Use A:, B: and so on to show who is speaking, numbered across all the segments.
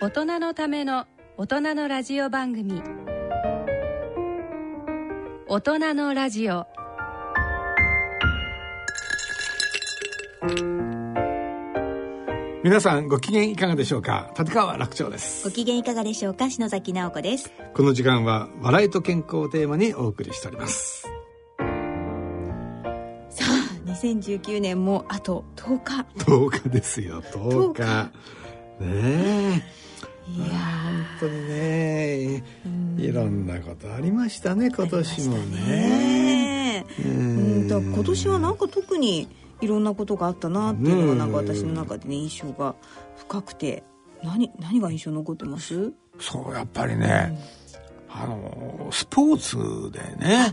A: 大人のための大人のラジオ番組大人のラジオ
B: 皆さんご機嫌いかがでしょうか立川楽長です
C: ご機嫌いかがでしょうか篠崎直子です
B: この時間は笑いと健康をテーマにお送りしております
C: さあ2019年もあと10日
B: 10日ですよ10日ね
C: いや
B: え本当にね
C: ー
B: いろんなことありましたね今年もね
C: ねえ
B: う
C: うん
B: ん
C: だから今年はなんか特にいろんなことがあったなっていうのがなんか私の中でね印象が深くて何何が印象残ってます
B: そうやっぱりね、あのスポーツでね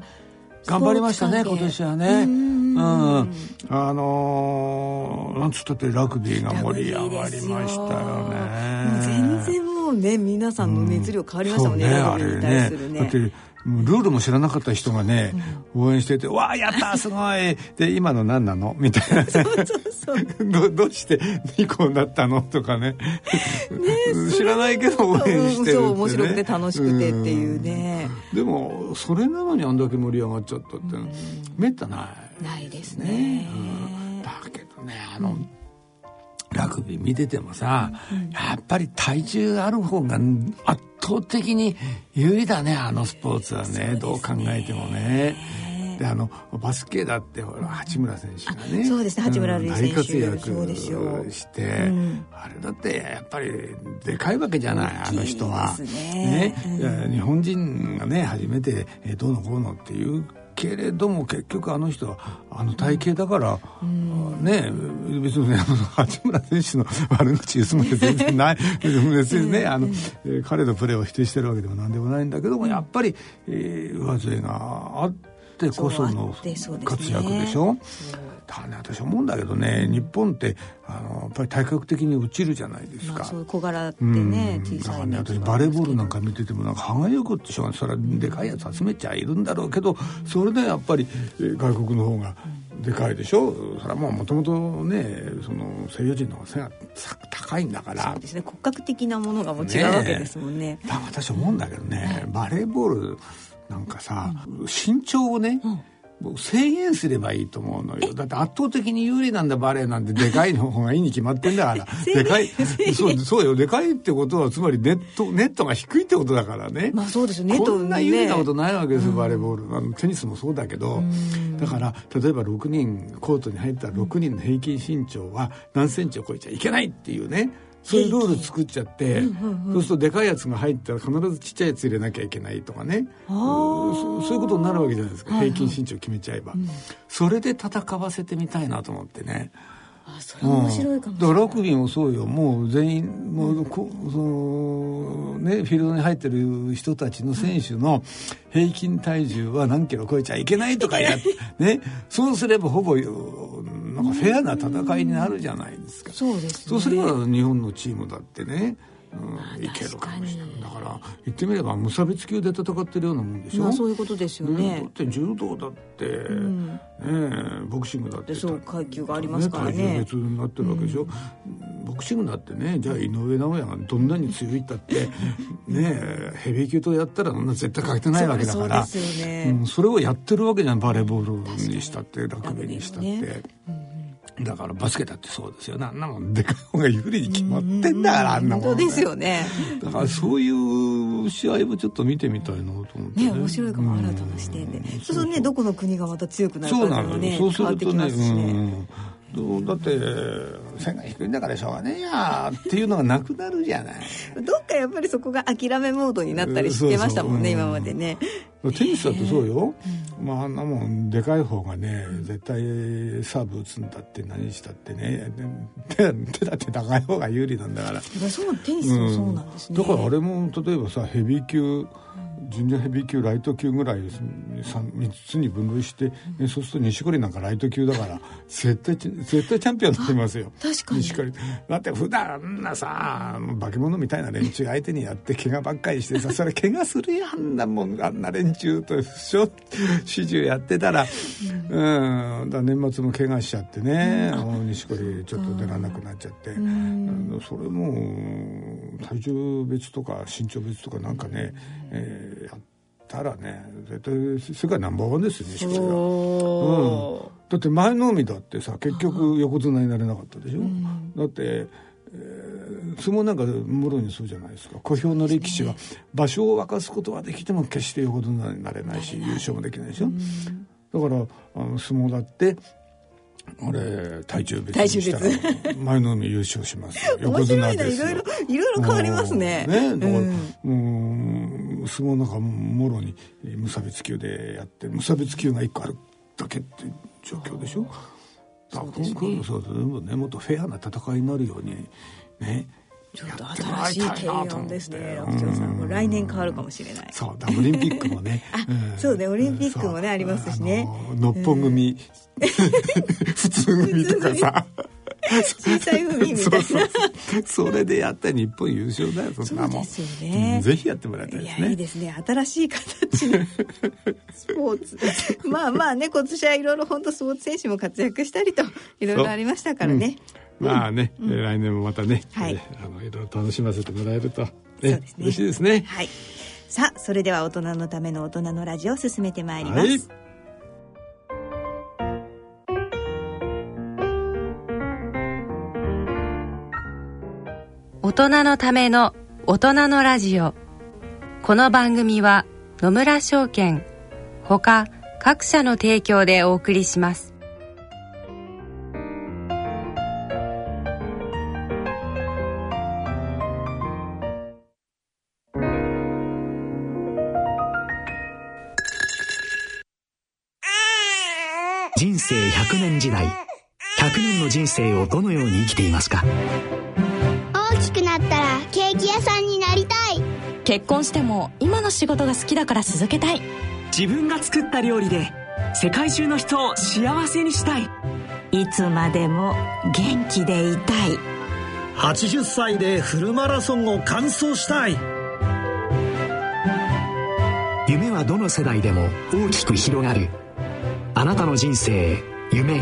B: 頑張りましたね
C: スポ
B: 今
C: ーツ
B: 年は
C: 関
B: ね
C: 係うんうんうん
B: うんあのーなんつったってラグビーが盛り上がりましたよね
C: もう全然もうね皆さんの熱量変わりましたもんね,、
B: そう
C: ラ
B: ね
C: グビーに
B: あれ
C: 対するね
B: だってルールも知らなかった人がね、応援してて「わあやったすごい!」で「今の何なの?」みたいなね
C: そうそう
B: どどうして2個になったのとかね知らないけど応援してるって、ね
C: そう面白くて楽しくてっていうね
B: うんでもそれなのにあんだけ盛り上がっちゃったって、めったない
C: ないですね
B: ね、うんだけどねあの、ラグビー見ててもさ、やっぱり体重ある方が圧倒的に有利だねあのスポーツはねどう考えてもね。であのバスケだってほら八村選手がね
C: あそうですね八村塁選手
B: 大活躍
C: そうですよ
B: して、
C: ん
B: あれだってやっぱりでかいわけじゃないあの人は。
C: 大きいですねうん
B: いや日本人がね初めてえーどうのこうのっていうけれども結局あの人はあの体型だから、ね別にねあの八村選手の悪口言うつもりは全然ない別にねあの、えー彼のプレーを否定してるわけでも何でもないんだけどもやっぱり、えー上背があってこその
C: そうあってそうですね
B: 活躍でしょ。だからね私思うんだけどね日本ってあのやっぱり体格的に落ちるじゃないです
C: まあ、
B: か。
C: そういう小柄ってね、
B: うんだ
C: 小
B: か
C: さ
B: ら
C: い
B: ね
C: ね
B: 私バレーボールなんか見ててもなんか歯がゆくってしょうがないそれはでかいやつ集めちゃいるんだろうけどそれでやっぱりえー外国の方がでかいでしょそれはもともとねその西洋人の方が背が高いんだから
C: そうですね骨格的なものがもう違うわけですもんね
B: えだから私思うんだけどねバレーボールなんかさ、身長をね、もう制限すればいいと思うのよだって圧倒的に有利なんだバレーなんてでかいの方がいいに決まってんだから でかいそうそうよでかいってことはつまりネットネットが低いってことだからね、
C: まあそうですよね
B: こんな有利なこと
C: ね
B: ないわけですよ、バレーボールあのテニスもそうだけど、だから例えば6人コートに入ったら6人の平均身長は何センチを超えちゃいけないっていうねそういうルール作っちゃって、そうするとでかいやつが入ったら必ずちっちゃいやつ入れなきゃいけないとかねそうそういうことになるわけじゃないですか、平均身長決めちゃえば、それで戦わせてみたいなと思ってね。
C: あそれ面白いかもし
B: うんだ
C: れな
B: ら
C: い、
B: ラグビーもそうよもう全員もうこそのねフィールドに入ってる人たちの選手の平均体重は何キロ超えちゃいけないと かやねそうすればほぼなんかフェアな戦いになるじゃないですか
C: そうですね
B: そうすれば日本のチームだってね、うん、いけるかもしれないだから言ってみれば無差別級で戦ってるようなもんでしょ、
C: まあ、そういうことですよ
B: ねだ
C: ね
B: っ、て柔道だって、ねえボクシングだって
C: そう階級がありますからね
B: 階級別になってるわけでしょ、ボクシングだってねじゃあ井上尚弥がどんなに強いった ってねえヘビー級とやったらそんな絶対勝てないわけだ
C: そ
B: か
C: う
B: ら
C: ですよね、
B: うん、それをやってるわけじゃんバレーボールにしたってラグビーにしたって、
C: ラグビー
B: だからバスケだってそうですよねあんなもんでかい方が有利に決まってんだからあんな
C: 本
B: も
C: 当
B: ん、
C: ですよね
B: だからそういう試合もちょっと見てみたいなと思って
C: ね面白いかも新たな視点で、
B: うん
C: そうするとねどこの国がまた強くなる
B: そう
C: か
B: な
C: も
B: の
C: ね
B: よ。そうす
C: 変わっ
B: る
C: て
B: と
C: きま
B: ね、
C: すしね
B: うんどうだって線が低いんだからしょうがねえやっていうのがなくなるじゃない。
C: どっかやっぱりそこが諦めモードになったりしてましたもんね、
B: うんそうそう
C: 今までね、
B: テニスだってそうよ、まあ、あんなもんでかい方がね絶対サーブ打つんだって何したってね手手だって高い方が有利なんだから。
C: やっぱりそうテニスもそうなんですね、
B: だからあれも例えばさヘビー級ジュニアヘビー級ライト級ぐらい 3, 3つに分類して、えそうすると錦織なんかライト級だから絶対チ絶対チャンピオンになってますよ
C: 確かに
B: 錦織だって普段あんなさ化け物みたいな連中相手にやって怪我ばっかりしてさそれ怪我するやんあんなもんあんな連中と不祥始終やってたらうんだから年末も怪我しちゃってねあの錦織ちょっと出らなくなっちゃってあのそれも体重別とか身長別とかなんかね、えーやったらね絶対世界ナンバーワンですよ錦織は。
C: おー
B: だって前の海だってさ結局横綱になれなかったでしょ、だって、えー相撲なんかもろにそうじゃないですか小兵の力士は場所を沸かすことはできても決して横綱になれないし優勝もできないでしょ、だからあの相撲だってあれ体重別にした
C: 体
B: ら前の海優勝しますよ
C: 面白いな
B: 横
C: い
B: 綱
C: ろいろいろいろ 変わりますね
B: うんねだから、
C: うん
B: もう相撲なんかもろにえー無差別級でやって無差別級が一個あるだけっていう状況でしょ。だから今回もそう全部ねもっとフェアな戦いになるようにね。
C: ちょっと新しい提案ですね楽長さんもう来年変わるかもしれない
B: そうだオリンピックもね
C: あそうねオリンピックもね
B: そう
C: ありますしね
B: あののっぽ組 普通組とかさ
C: 小さい海みたい
B: そ
C: な
B: うそうそうそれでやったら日本優勝だよそんなもん
C: そうですよね
B: うんぜひやってもらいたい
C: い
B: です
C: や
B: ね
C: いいですね新しい形 のスポーツまあまあね今年はいろいろ本当スポーツ選手も活躍したりといろいろありましたからね、
B: まあね、えー来年もまたね、
C: はい
B: えーあのいろいろ楽しませてもらえると、ね
C: そうですね
B: 嬉しいですね。
C: はいさあそれでは大人のための大人のラジオを進めてまいります、
B: はい
A: 大人のための大人のラジオこの番組は野村証券ほか各社の提供でお送りします
D: 人生100年時代100年の人生をどのように生きていますか
E: 大きくなったらケーキ屋さんになりたい
F: 結婚しても今の仕事が好きだから続けたい
D: 自分が作った料理で世界中の人を幸せにしたい
F: いつまでも元気でいたい
G: 80歳でフルマラソンを完走したい
D: 夢はどの世代でも大きく広がるあなたの人生夢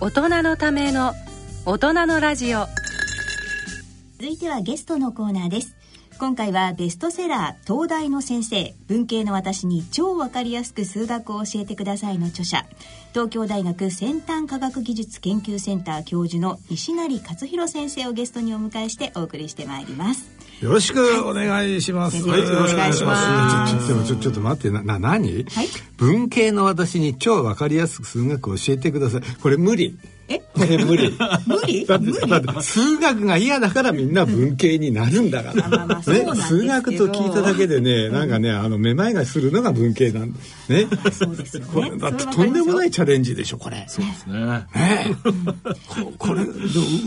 A: 大人のための大人のラジオ
H: 続いてはゲストのコーナーです今回はベストセラー東大の先生文系の私に超わかりやすく数学を教えてくださいの著者東京大学先端科学技術研究センター教授の西成勝弘先生をゲストにお迎えしてお送りしてまいります
B: よろしくお願いします。
H: はいよろしくお願いします
B: ちょちょでもちょちょっと待ってなな何、
H: はい
B: 文系の私に超わかりやすく数学を教えてください。これ無理。えこれ無理。
H: 無理
B: だってだって数学が嫌だからみんな文系になるんだか
H: まあま
B: ら
H: あそうなんですけど
B: 数学と聞いただけでねなんかねあのめまいがするのが文系なんね
H: そうですよね
B: これだって
H: それはわかりま
B: と
H: すよ
B: んでもないチャレンジでしょこれそうですねねえここれで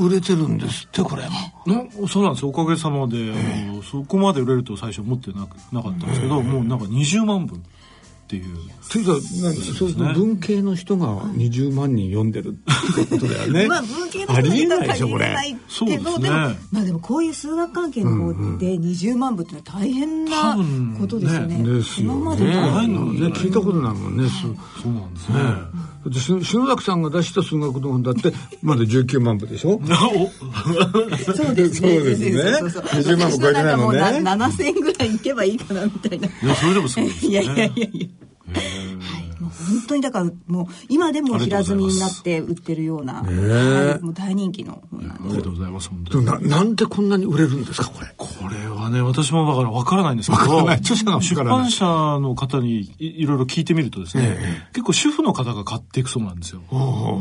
B: 売れてるんですってこれも
I: なそうなんですおかげさまで、あのそこまで売れると最初思ってなくなかったんですけど、もうなんか20万分っていう
B: というかなんかそうすると文系の人が20万人読んでるってことだよ ね
H: まあ文系の
B: ありえ
H: 人
B: な
H: だと
B: いで
H: は
B: しょ
H: 限
B: これ
H: らない
I: そう
H: け
I: です
H: どで
I: ね
H: もまあでもこういう数学関係の方で20万部っていうのは大変
I: 多
H: な
I: 分
H: ことですよね
B: ですよ
H: 今ま
B: ね
H: でにない
I: ない
B: ね
I: のに
B: 聞いたことないもんねそう
I: そうなんですね、
B: でし篠崎さんが出した数学の本だってまだ19万部でしょそうですねそうですね
H: そうそうそう
B: 20万部超えてないもん
H: 私
B: ね
H: なんかもうな7000ぐらいいけばいいかなみたいな。
I: いやそれでもすごいです
H: いや
I: ね
H: いやいやいや。はい、もう
C: 本当にだからもう今でも平積みになって売ってるような
B: ありがとうございます
C: はいもう大人気の本なんで
I: ありがとうございます本
B: で
I: 当
B: も
I: に
B: ななんでこんなに売れるんですかこれ
I: これはね私もだから分からないんですけ
B: わから
I: ど
B: ない著者がわ
I: 出
B: からない
I: 版社の方にいいろいろ聞いてみるとですね、結構主婦の方が買っていくそうなんですよ。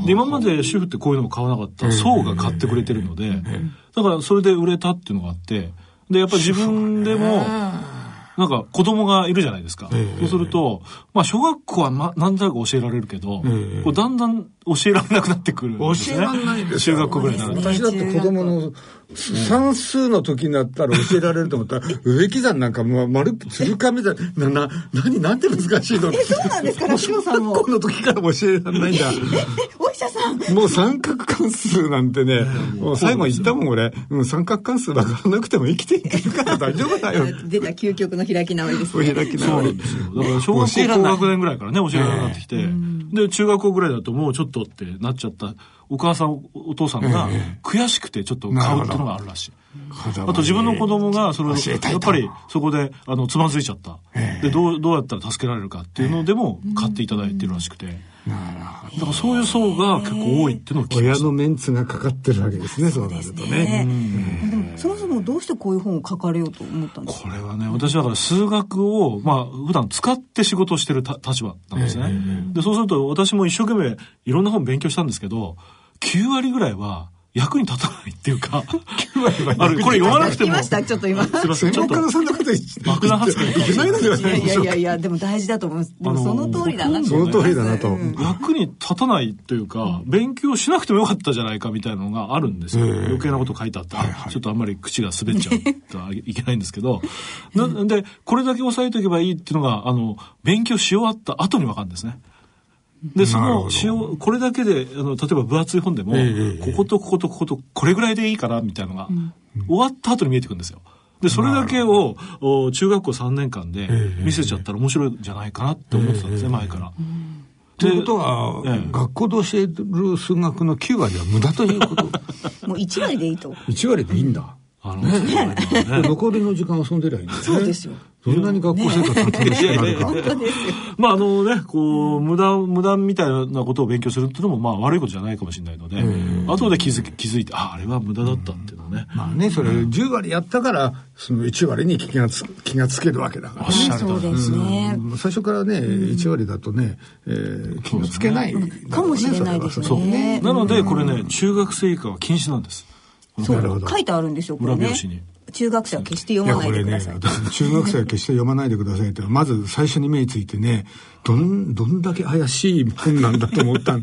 I: で今まで主婦ってこういうのを買わなかった層が買ってくれてるのでだからそれで売れたっていうのがあってでやっぱり自分でも。なんか子供がいるじゃないですか。そうすると、まあ小学校はま、なんとなく教えられるけど、
B: ええ
I: こうだんだん教えられなくなってくるんです、ね。
B: 教えられないです
I: 中
B: よ
I: 学校ぐらいになると。
B: 私だって子供の算数の時になったら教えられると思ったら植木算なんかま丸くつるかみたいななな何なんて難しいのえそう
C: なんですかね志保さんも
B: 学校の時から教えられないんだ
C: お医者さん
B: もう三角関数なんてねもう最後言ったもん俺、うん、三角関数わからなくても生きていけるから大丈夫だよ
C: 出た究極の開き直りですね
B: 開き
I: そう
B: 直
I: なん
B: り
I: ですよ。だから小学
B: 教えら
I: 校
B: ん
I: 高
B: ない
I: 学年ぐらいからね、教えられなくなってきて、で、中学校ぐらいだともうちょっとってなっちゃった、お母さん、おお父さんが悔しくてちょっと買うっていうのがあるらしい。あと自分の子供が、それを、
B: 教
I: や
B: えたいと
I: っぱりそこで、あの、つまずいちゃった。で、どう、どうやったら助けられるかっていうのでも買っていただいてるらしくて。だからそういう層が結構多いっていうのを聞きま
B: 親
I: した
B: のメンツがかかってるわけですねそうなるとね
C: でもそもそもどうしてこういう本を書かれようと思ったんです
I: こ
C: か
I: れはね、私はだから数学を、まあ、普段使って仕事をしてるた立場なんですね。で、そうすると私も一生懸命いろんな本勉強したんですけど、9割ぐらいは役に立たないってい うか、9割はあれ、これ読まなくて
C: 聞き
I: も、
C: ますしたちょっと今
I: いません、
B: 専
I: ちょっ
B: 門
I: と
B: 家。のそんなこと言っちゃい
I: 爆弾発言かもし
B: けな
I: れな
B: いいのではない
C: いやいやいやいやでも大事だと思いますでもその通りだな
I: あのー
B: その通りだなと、
C: うん
I: 役に立たないというか、勉強しなくてもよかったじゃないかみたいなのがあるんですよ。余計なこと書いてあったら、ちょっとあんまり口が滑っちゃうといけないんですけど、なんで、これだけ押さえておけばいいっていうのが、あの、勉強し終わった後にわかるんですね。で、そ
B: なるほど
I: の、しようこれだけで、あの、例えば分厚い本でも、こことこことここと、これぐらいでいいかな、みたいなのが、終わった後に見えてくるんですよ。で、それだけを、お中学校3年間で見せちゃったら面白いんじゃないかなって思ってたんですね、前から。
B: ということは、
I: ええ
B: 学校で教える数学の9割は無駄という こと
C: もう1割でいいと
B: 1割でいいんだ、
I: あの、ね、
B: 残りの時間遊んでりゃいいんだね
C: そうですよ
B: そんなに学校生活が楽しくなるか、
I: まああのね、こう、無駄、無駄みたいなことを勉強するっていうのも、まあ悪いことじゃないかもしれないので、後で気づき気づいて、あ、あれは無駄だったっていうのね。
B: まあねそれ10割やったからその1割に気がつ気がつけるわけだから、
I: おっしゃると
C: そ
I: お
C: う
I: り。
C: ですね
B: うん最初からね、1割だとね、えー気がつけないだろうね、
C: かもしれないですね
B: それはそう
C: ね
I: なので、これね、中学生以下は禁止なんです。
C: そ
B: なるほ
C: う
B: ど
C: 書いてあるんですよこれ
I: 裏
C: ね
I: 表紙に
C: 中学生は決して
B: い
C: 読
B: や
C: まな
B: こ
C: い
B: れ
C: でく
B: ね
C: ださい
B: 私中学生は決して読まないでくださいってまず最初に目についてねどんどんだけ怪しい本なんだと思ったん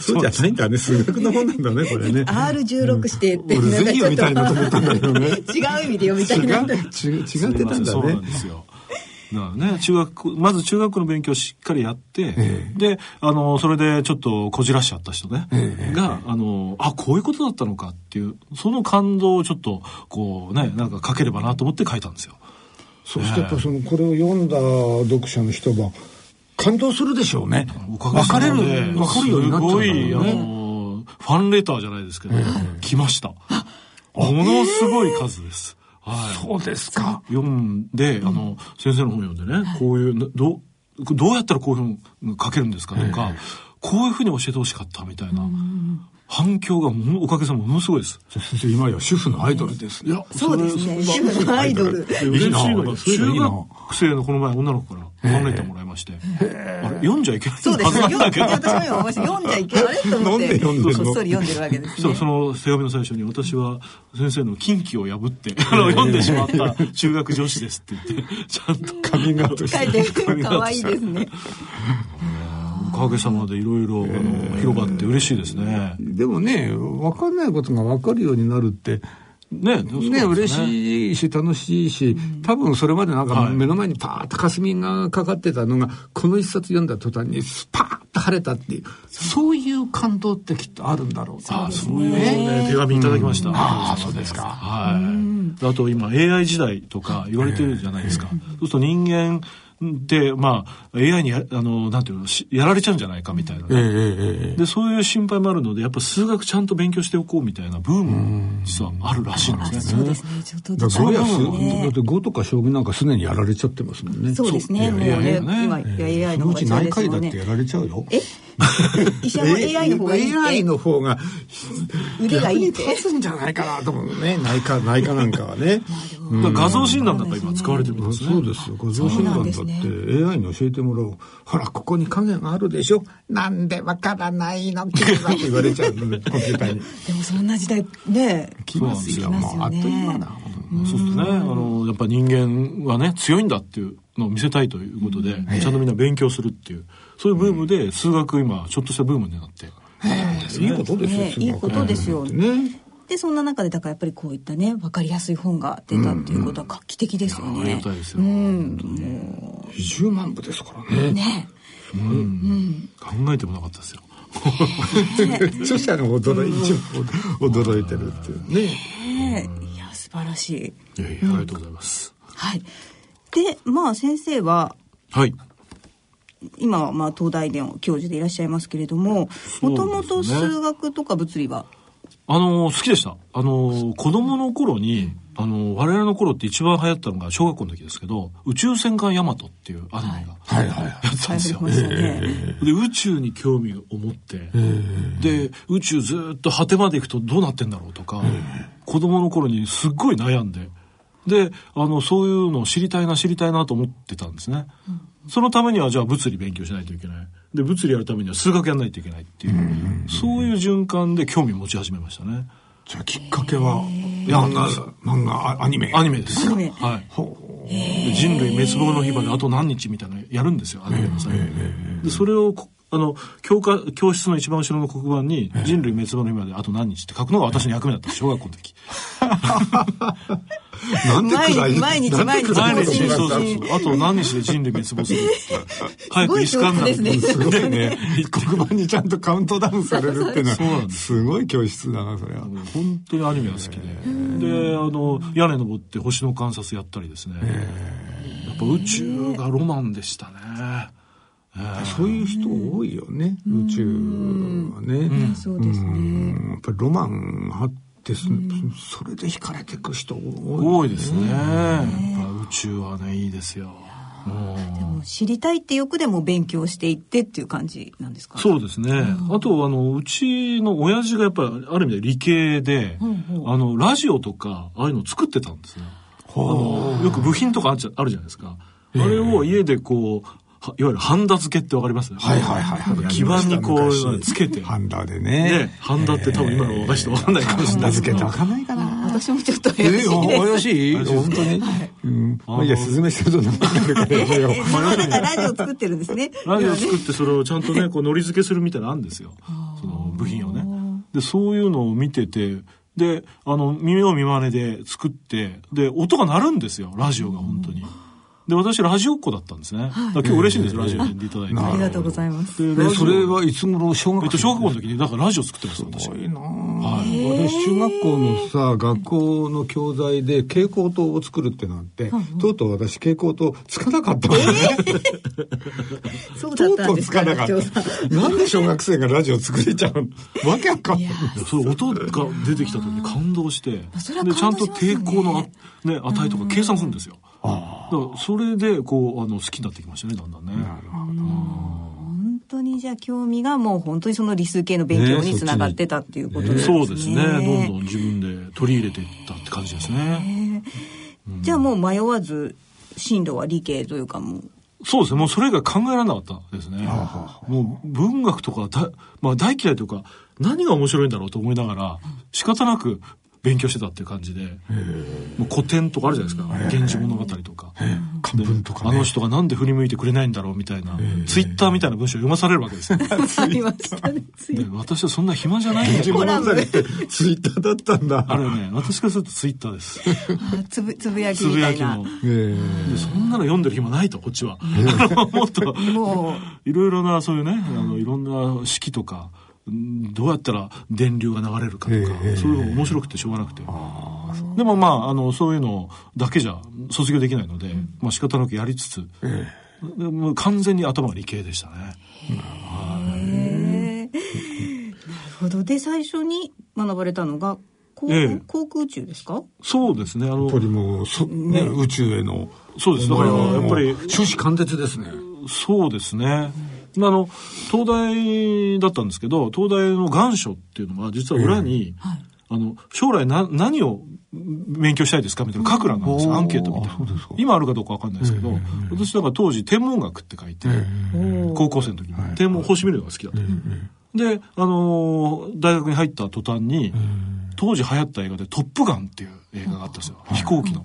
B: そうじゃないんだね数学の本なんだねこれね
C: R16 指定って
B: 俺ゼリーを見たいなと思ったんだけど ね
C: 違う意味で読みたいなって
B: 違う違う違ってたん
I: そ
B: だ
I: うなん
B: ね
I: ですよ。だからね、中学、まず中学の勉強をしっかりやって、で、あの、それでちょっとこじらしちゃった人ね、が、あの、あ、こういうことだったのかっていう、その感動をちょっと、こうね、なんか書ければなと思って書いたんですよ。
B: そしてやっぱそのこれを読んだ読者の人は感動するでしょうね
I: おかげ
B: 分
I: さ
B: か
I: ま
B: れ
I: で
B: る分かるようになっちゃ
I: す
B: う
I: ごい、あ
B: んだろうね
I: の、ファンレターじゃないですけど、来ました。ものすごい数です。はい。
B: そうですか
I: 読んで、あの、先生の本読んでね、こういうな、どう、どうやったらこういうの書けるんですかとか、こういうふうに教えてほしかったみたいな、反響がものおかげさまものすごいです。
B: 先生今や主婦のアイドルですねいや
C: そうですね主婦 のアイドル
I: で嬉しいの
B: いいな
I: が、
B: そういうのいいな
I: 中学生のこの前女の子から考えてもらいまして、あれ、読んじゃいけない
C: そうです
I: はず
C: よ。
I: な
C: 読
I: んだ
C: ん
I: け
C: じ
I: ど
C: ゃ、私も今思いました。読んじゃいけないと思って。
B: なんで読んでんの
C: こっそり読んでるわけです
I: そ
C: ね
I: う。その手紙の最初に私は先生の禁忌を破ってあの読んでしまった中学女子ですって言ってちゃんと
B: カミングアウトして
C: 書いてるの可愛いですね。
I: おかげさまでいろいろあの広がって嬉しいですね。
B: でもね分かんないことが分かるようになるって
I: ね、
B: ね、嬉
I: い。
B: しいし楽しいし、多分それまでなんか
I: はい
B: 目の前にパーッと霞がかかってたのが、この一冊読んだ途端にスパーッと晴れたっていうそういう感動ってきっとあるんだろう
I: あ
B: な
I: そういうね手紙いただきました。
B: ああそうですか
I: はい。あと今 AI 時代とか言われてるじゃないですか。そうすると人間で、まあ、AI にや、あの、なんていうの、しやられちゃうんじゃないかみたいな
B: ええ
I: ね、
B: ええ
I: で、そういう心配もあるので、やっぱ数学ちゃんと勉強しておこうみたいなブームも実はあるらしいんですね。
C: そうですねちょっと
B: だからゴリアス、だっ
C: ね
B: て碁とか将棋なんかすでにやられちゃってますもんね。
C: そうですねもうね
I: そうね
C: 今いや AI
B: その
C: の方
B: う
C: が
B: ち内
C: 強いです
B: 科医
C: も
B: だ
C: ん
B: っ
C: ね
B: てやられちゃうよ。
C: え医者も AI の方がいいって
B: AI の方が
C: 腕がいいって
B: 逆に立つんじゃないかなと思うね。内科、内科なんかは ね。
I: だから画像診断なんか今使われてるんですね。
B: そうですよ。ご存診断だって
C: そうなん
B: AI に教えてもらおう。ほら、ここに影があるでしょ。なんでわからないの君はって言われちゃう のね、コンピューターに。
C: でもそんな時代ね
B: 来ますよ。
C: 来ます
B: もうあ
C: よ
B: っと
C: ね
B: いう間だ。
I: そうするとね、あの、やっぱ人間はね、強いんだっていうのを見せたいということで、ちゃんとみんな勉強するっていう、そういうブームで、数学今、ちょっとしたブームになって。
B: いいことですよ、
C: ね
B: すごく
C: いいことですよ
B: ね。
C: でそんな中でだからやっぱりこういったね分かりやすい本が出たっていうことは画期的ですよ
I: ありが
C: ね。
I: たいですよ。
B: 20万部ですからね。
C: ね
I: 考えてもなかったですよ。
B: 著者が驚い、一応驚いてるっていうね。
C: ねいや素晴らしい。
I: いやいや、ありがとうございます。
C: はい。でまあ先生は
I: はい。
C: 今はまあ東大の教授でいらっしゃいますけれども
I: そう
C: も
I: です
C: と
I: ね
C: もと数学とか物理は
I: あの、好きでした。あの、子供の頃に、あの、我々の頃って一番流行ったのが小学校の時ですけど、宇宙戦艦ヤマトっていうアニメが
B: はいはいはい。
I: やってた
C: 流
I: んで
C: 行
I: す
C: り
I: よ。
C: ましたね。
I: で宇宙に興味を持って、で宇宙ずーっと果てまで行くとどうなってんだろうとか、子供の頃にすっごい悩んでであのそういうのを知りたいな知りたいなと思ってたんですね、そのためにはじゃあ物理勉強しないといけないで物理やるためには数学やらないといけないっていう、そういう循環で興味持ち始めましたね
B: じゃあきっかけは、
I: や
B: 漫画、漫画、あアニメ。
I: アニメです
C: アニメ
I: はいで人類滅亡の日まであと何日みたいなのやるんですよアニメの最後でそれをこあの教科教室の一番後ろの黒板に「人類滅亡の日まであと何日」って書くのが私の役目だったんです小学校の時
B: なんで暗い
C: 毎日
B: なんで
C: 毎日
B: 暗い
I: 毎日
C: 毎日
I: そうそうそうあと何日で人類滅亡するって早くイスカンダル
C: すごい教室です
B: すごいね。黒板にちゃんとカウントダウンされるっていうの
I: そうなん
B: は、
I: です
B: すごい教室だな、それは。
I: 本当にアニメが好きで、であの屋根登って星の観察やったりですね、やっぱ宇宙がロマンでしたね、
B: そういう人多いよね、宇宙はね。
C: そうですね。
B: うんやっぱりロマンあってそ、それで惹かれてく人多
I: 多
B: い。
I: いですね、やっぱ宇宙はねいいですよ、うん
C: もう知りたいって欲でもう勉強していってっていう感じなんですかう
I: そうですね。あと、あの、うちの親父がやっぱり、ある意味で理系で、あの、ラジオとか、ああいうのを作ってたんですね。あのよく部品とかあるじゃあるじゃないですか。あれを家でこう、はいわゆるハンダ付けってわかります
B: はいはいはいはい。
I: 基盤にこう、つけて。
B: ハンダで
I: ね
B: ね。、
I: ハンダって多分今の若い人わかんないかもしれない
B: 名
I: です
B: 付け
I: けど。
B: てわかんないかな。
C: 私もちょっと怪し
B: え、
C: い
B: お
C: です
B: 怪しい本当に。うん。まあいいや、スズメシルドの中でこれよ。
C: えその中ラジオ作ってるんですね
I: ラジオ作ってそれをちゃんとね、こう、のり付けするみたいなのある んですよ。その部品をね。で、そういうのを見てて、で、あの、耳を見真似で作って、で、音が鳴るんですよ、ラジオが本当に。で、私、ラジオっ子だったんですね。だから今日嬉しいんですよ、ラジオに呼んでいただいて。
C: ありがとうございます
I: で
B: で
I: ラジオ
B: それはいつ頃小
I: えっ
B: 学
I: と、小学校の時に、だからラジオ作ってます、私。
B: すごいなぁ私中学校のさ学校の教材で蛍光灯を作るってなんて、とうとう私蛍光灯つかなかったもんね、
C: そうだ
B: と
C: っ
B: う
C: た
B: と
C: ん
B: う
C: で
B: つ
C: す
B: か
C: か
B: なかったなんで小学生がラジオ作れちゃうのわけわかんない
I: いやそれ音が出てきた時に感動して、
C: それは
I: でちゃ
C: 感
I: ん
C: 動し
I: と
C: ますよね
I: 抵抗のあ、ね、値とか計算するんですよ。だからそれでこうあの好きになってきましたねだんだんね。
C: 本当にじゃあ興味がもう本当にその理数系の勉強につながってたっていうことですね
I: そうですね。どんどん自分で取り入れていったって感じですね。
C: じゃあもう迷わず進路は理系というかもう
I: そうですね。もうそれが考えられなかったですね。もう文学とかだ、まあ大嫌いというか、何が面白いんだろうと思いながら、仕方なく勉強してたっていう感じで、もう古典とかあるじゃないですか。源氏物語とか。
B: 漢文とか
I: あ
B: ね
I: の人がなんで振り向いてくれないんだろうみたいな、ツイッターみたいな文章を読まされるわけですよ。
C: ありましたねつい
I: で私はそんな暇じゃないんだ
B: 自
I: よ。
B: 分の中でツイッターだったんだ
I: あれね、私からするとツイッターです。
C: あつぶつぶやき
I: つ
C: み
I: ぶ
C: た
I: や
C: い
I: き
C: な
I: の。
B: ええ
I: でそんなの読んでる暇ないと、こっちは。あの もっと、
C: も
I: いろいろな、そういうね、あの、いろんな式とか、うんどうやったら電流が流れるかとか、そういうのが面白くてしょうがなくて。でもまあ、あの、そういうのだけじゃ卒業できないので、まあ仕方なくやりつつ、でもう完全に頭が理系でしたね。
C: へえ。なるほど。で、最初に学ばれたのが、航
I: え
C: 空
I: え
C: 航空宇宙ですか
I: そうですね。あの、
B: りもうそ、ね、宇宙への
I: そうです。だから、やっぱり、
B: 終始貫徹ですね
I: そうですね。まああの、東大だったんですけど、東大の願書っていうのは、実は裏に、あの、将来な、何を勉強したいですかみたいな、書く欄なんですよ、
B: おー
I: アンケートみたい
B: あ
I: な
B: そうですか。
I: 今あるかどうかわかんないですけど、私だから当時、天文学って書いて、高校生の時に、天文、星見るのが好きだった。で、あのー大学に入った途端に、当時流行った映画で「トップガン」っていう映画があったんですよ、飛行機の、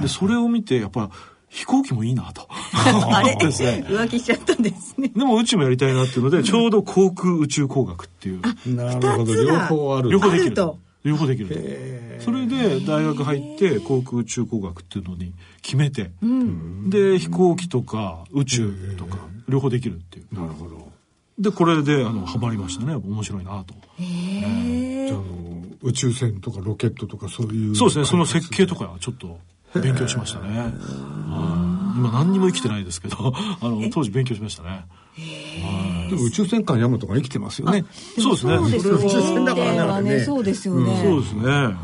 I: でそれを見てやっぱ飛行機もいい なと
C: あれ
I: 思ってですね
C: 浮気しちゃったんですね。
I: でも宇宙もやりたいなっていうのでちょうど航空宇宙工学っていう
B: なるほど
C: 二つ
B: 両
C: が
B: 方ある
I: 両方でき
C: ある
I: る
C: と
I: 両方できるとそれで大学入って航空宇宙工学っていうのに決めて、で飛行機とか宇宙とか両方できるっていう
B: なるほど
I: でこれであのハマりましたねやっぱ面白いなと
B: じゃああの宇宙船とかロケットとかそういう
I: そうですね、その設計とかはちょっと勉強しましたね。はい今何にも生きてないですけど、あの、当時勉強しましたね。
B: でも宇宙船艦ヤマトが生きてますよね
I: そうですね。そうですね。
B: 宇宙船だ
C: 人
B: からね
C: 間
B: あ
C: は
B: れ
C: ね、
B: ね
C: そうですよね。
I: そうですね。だか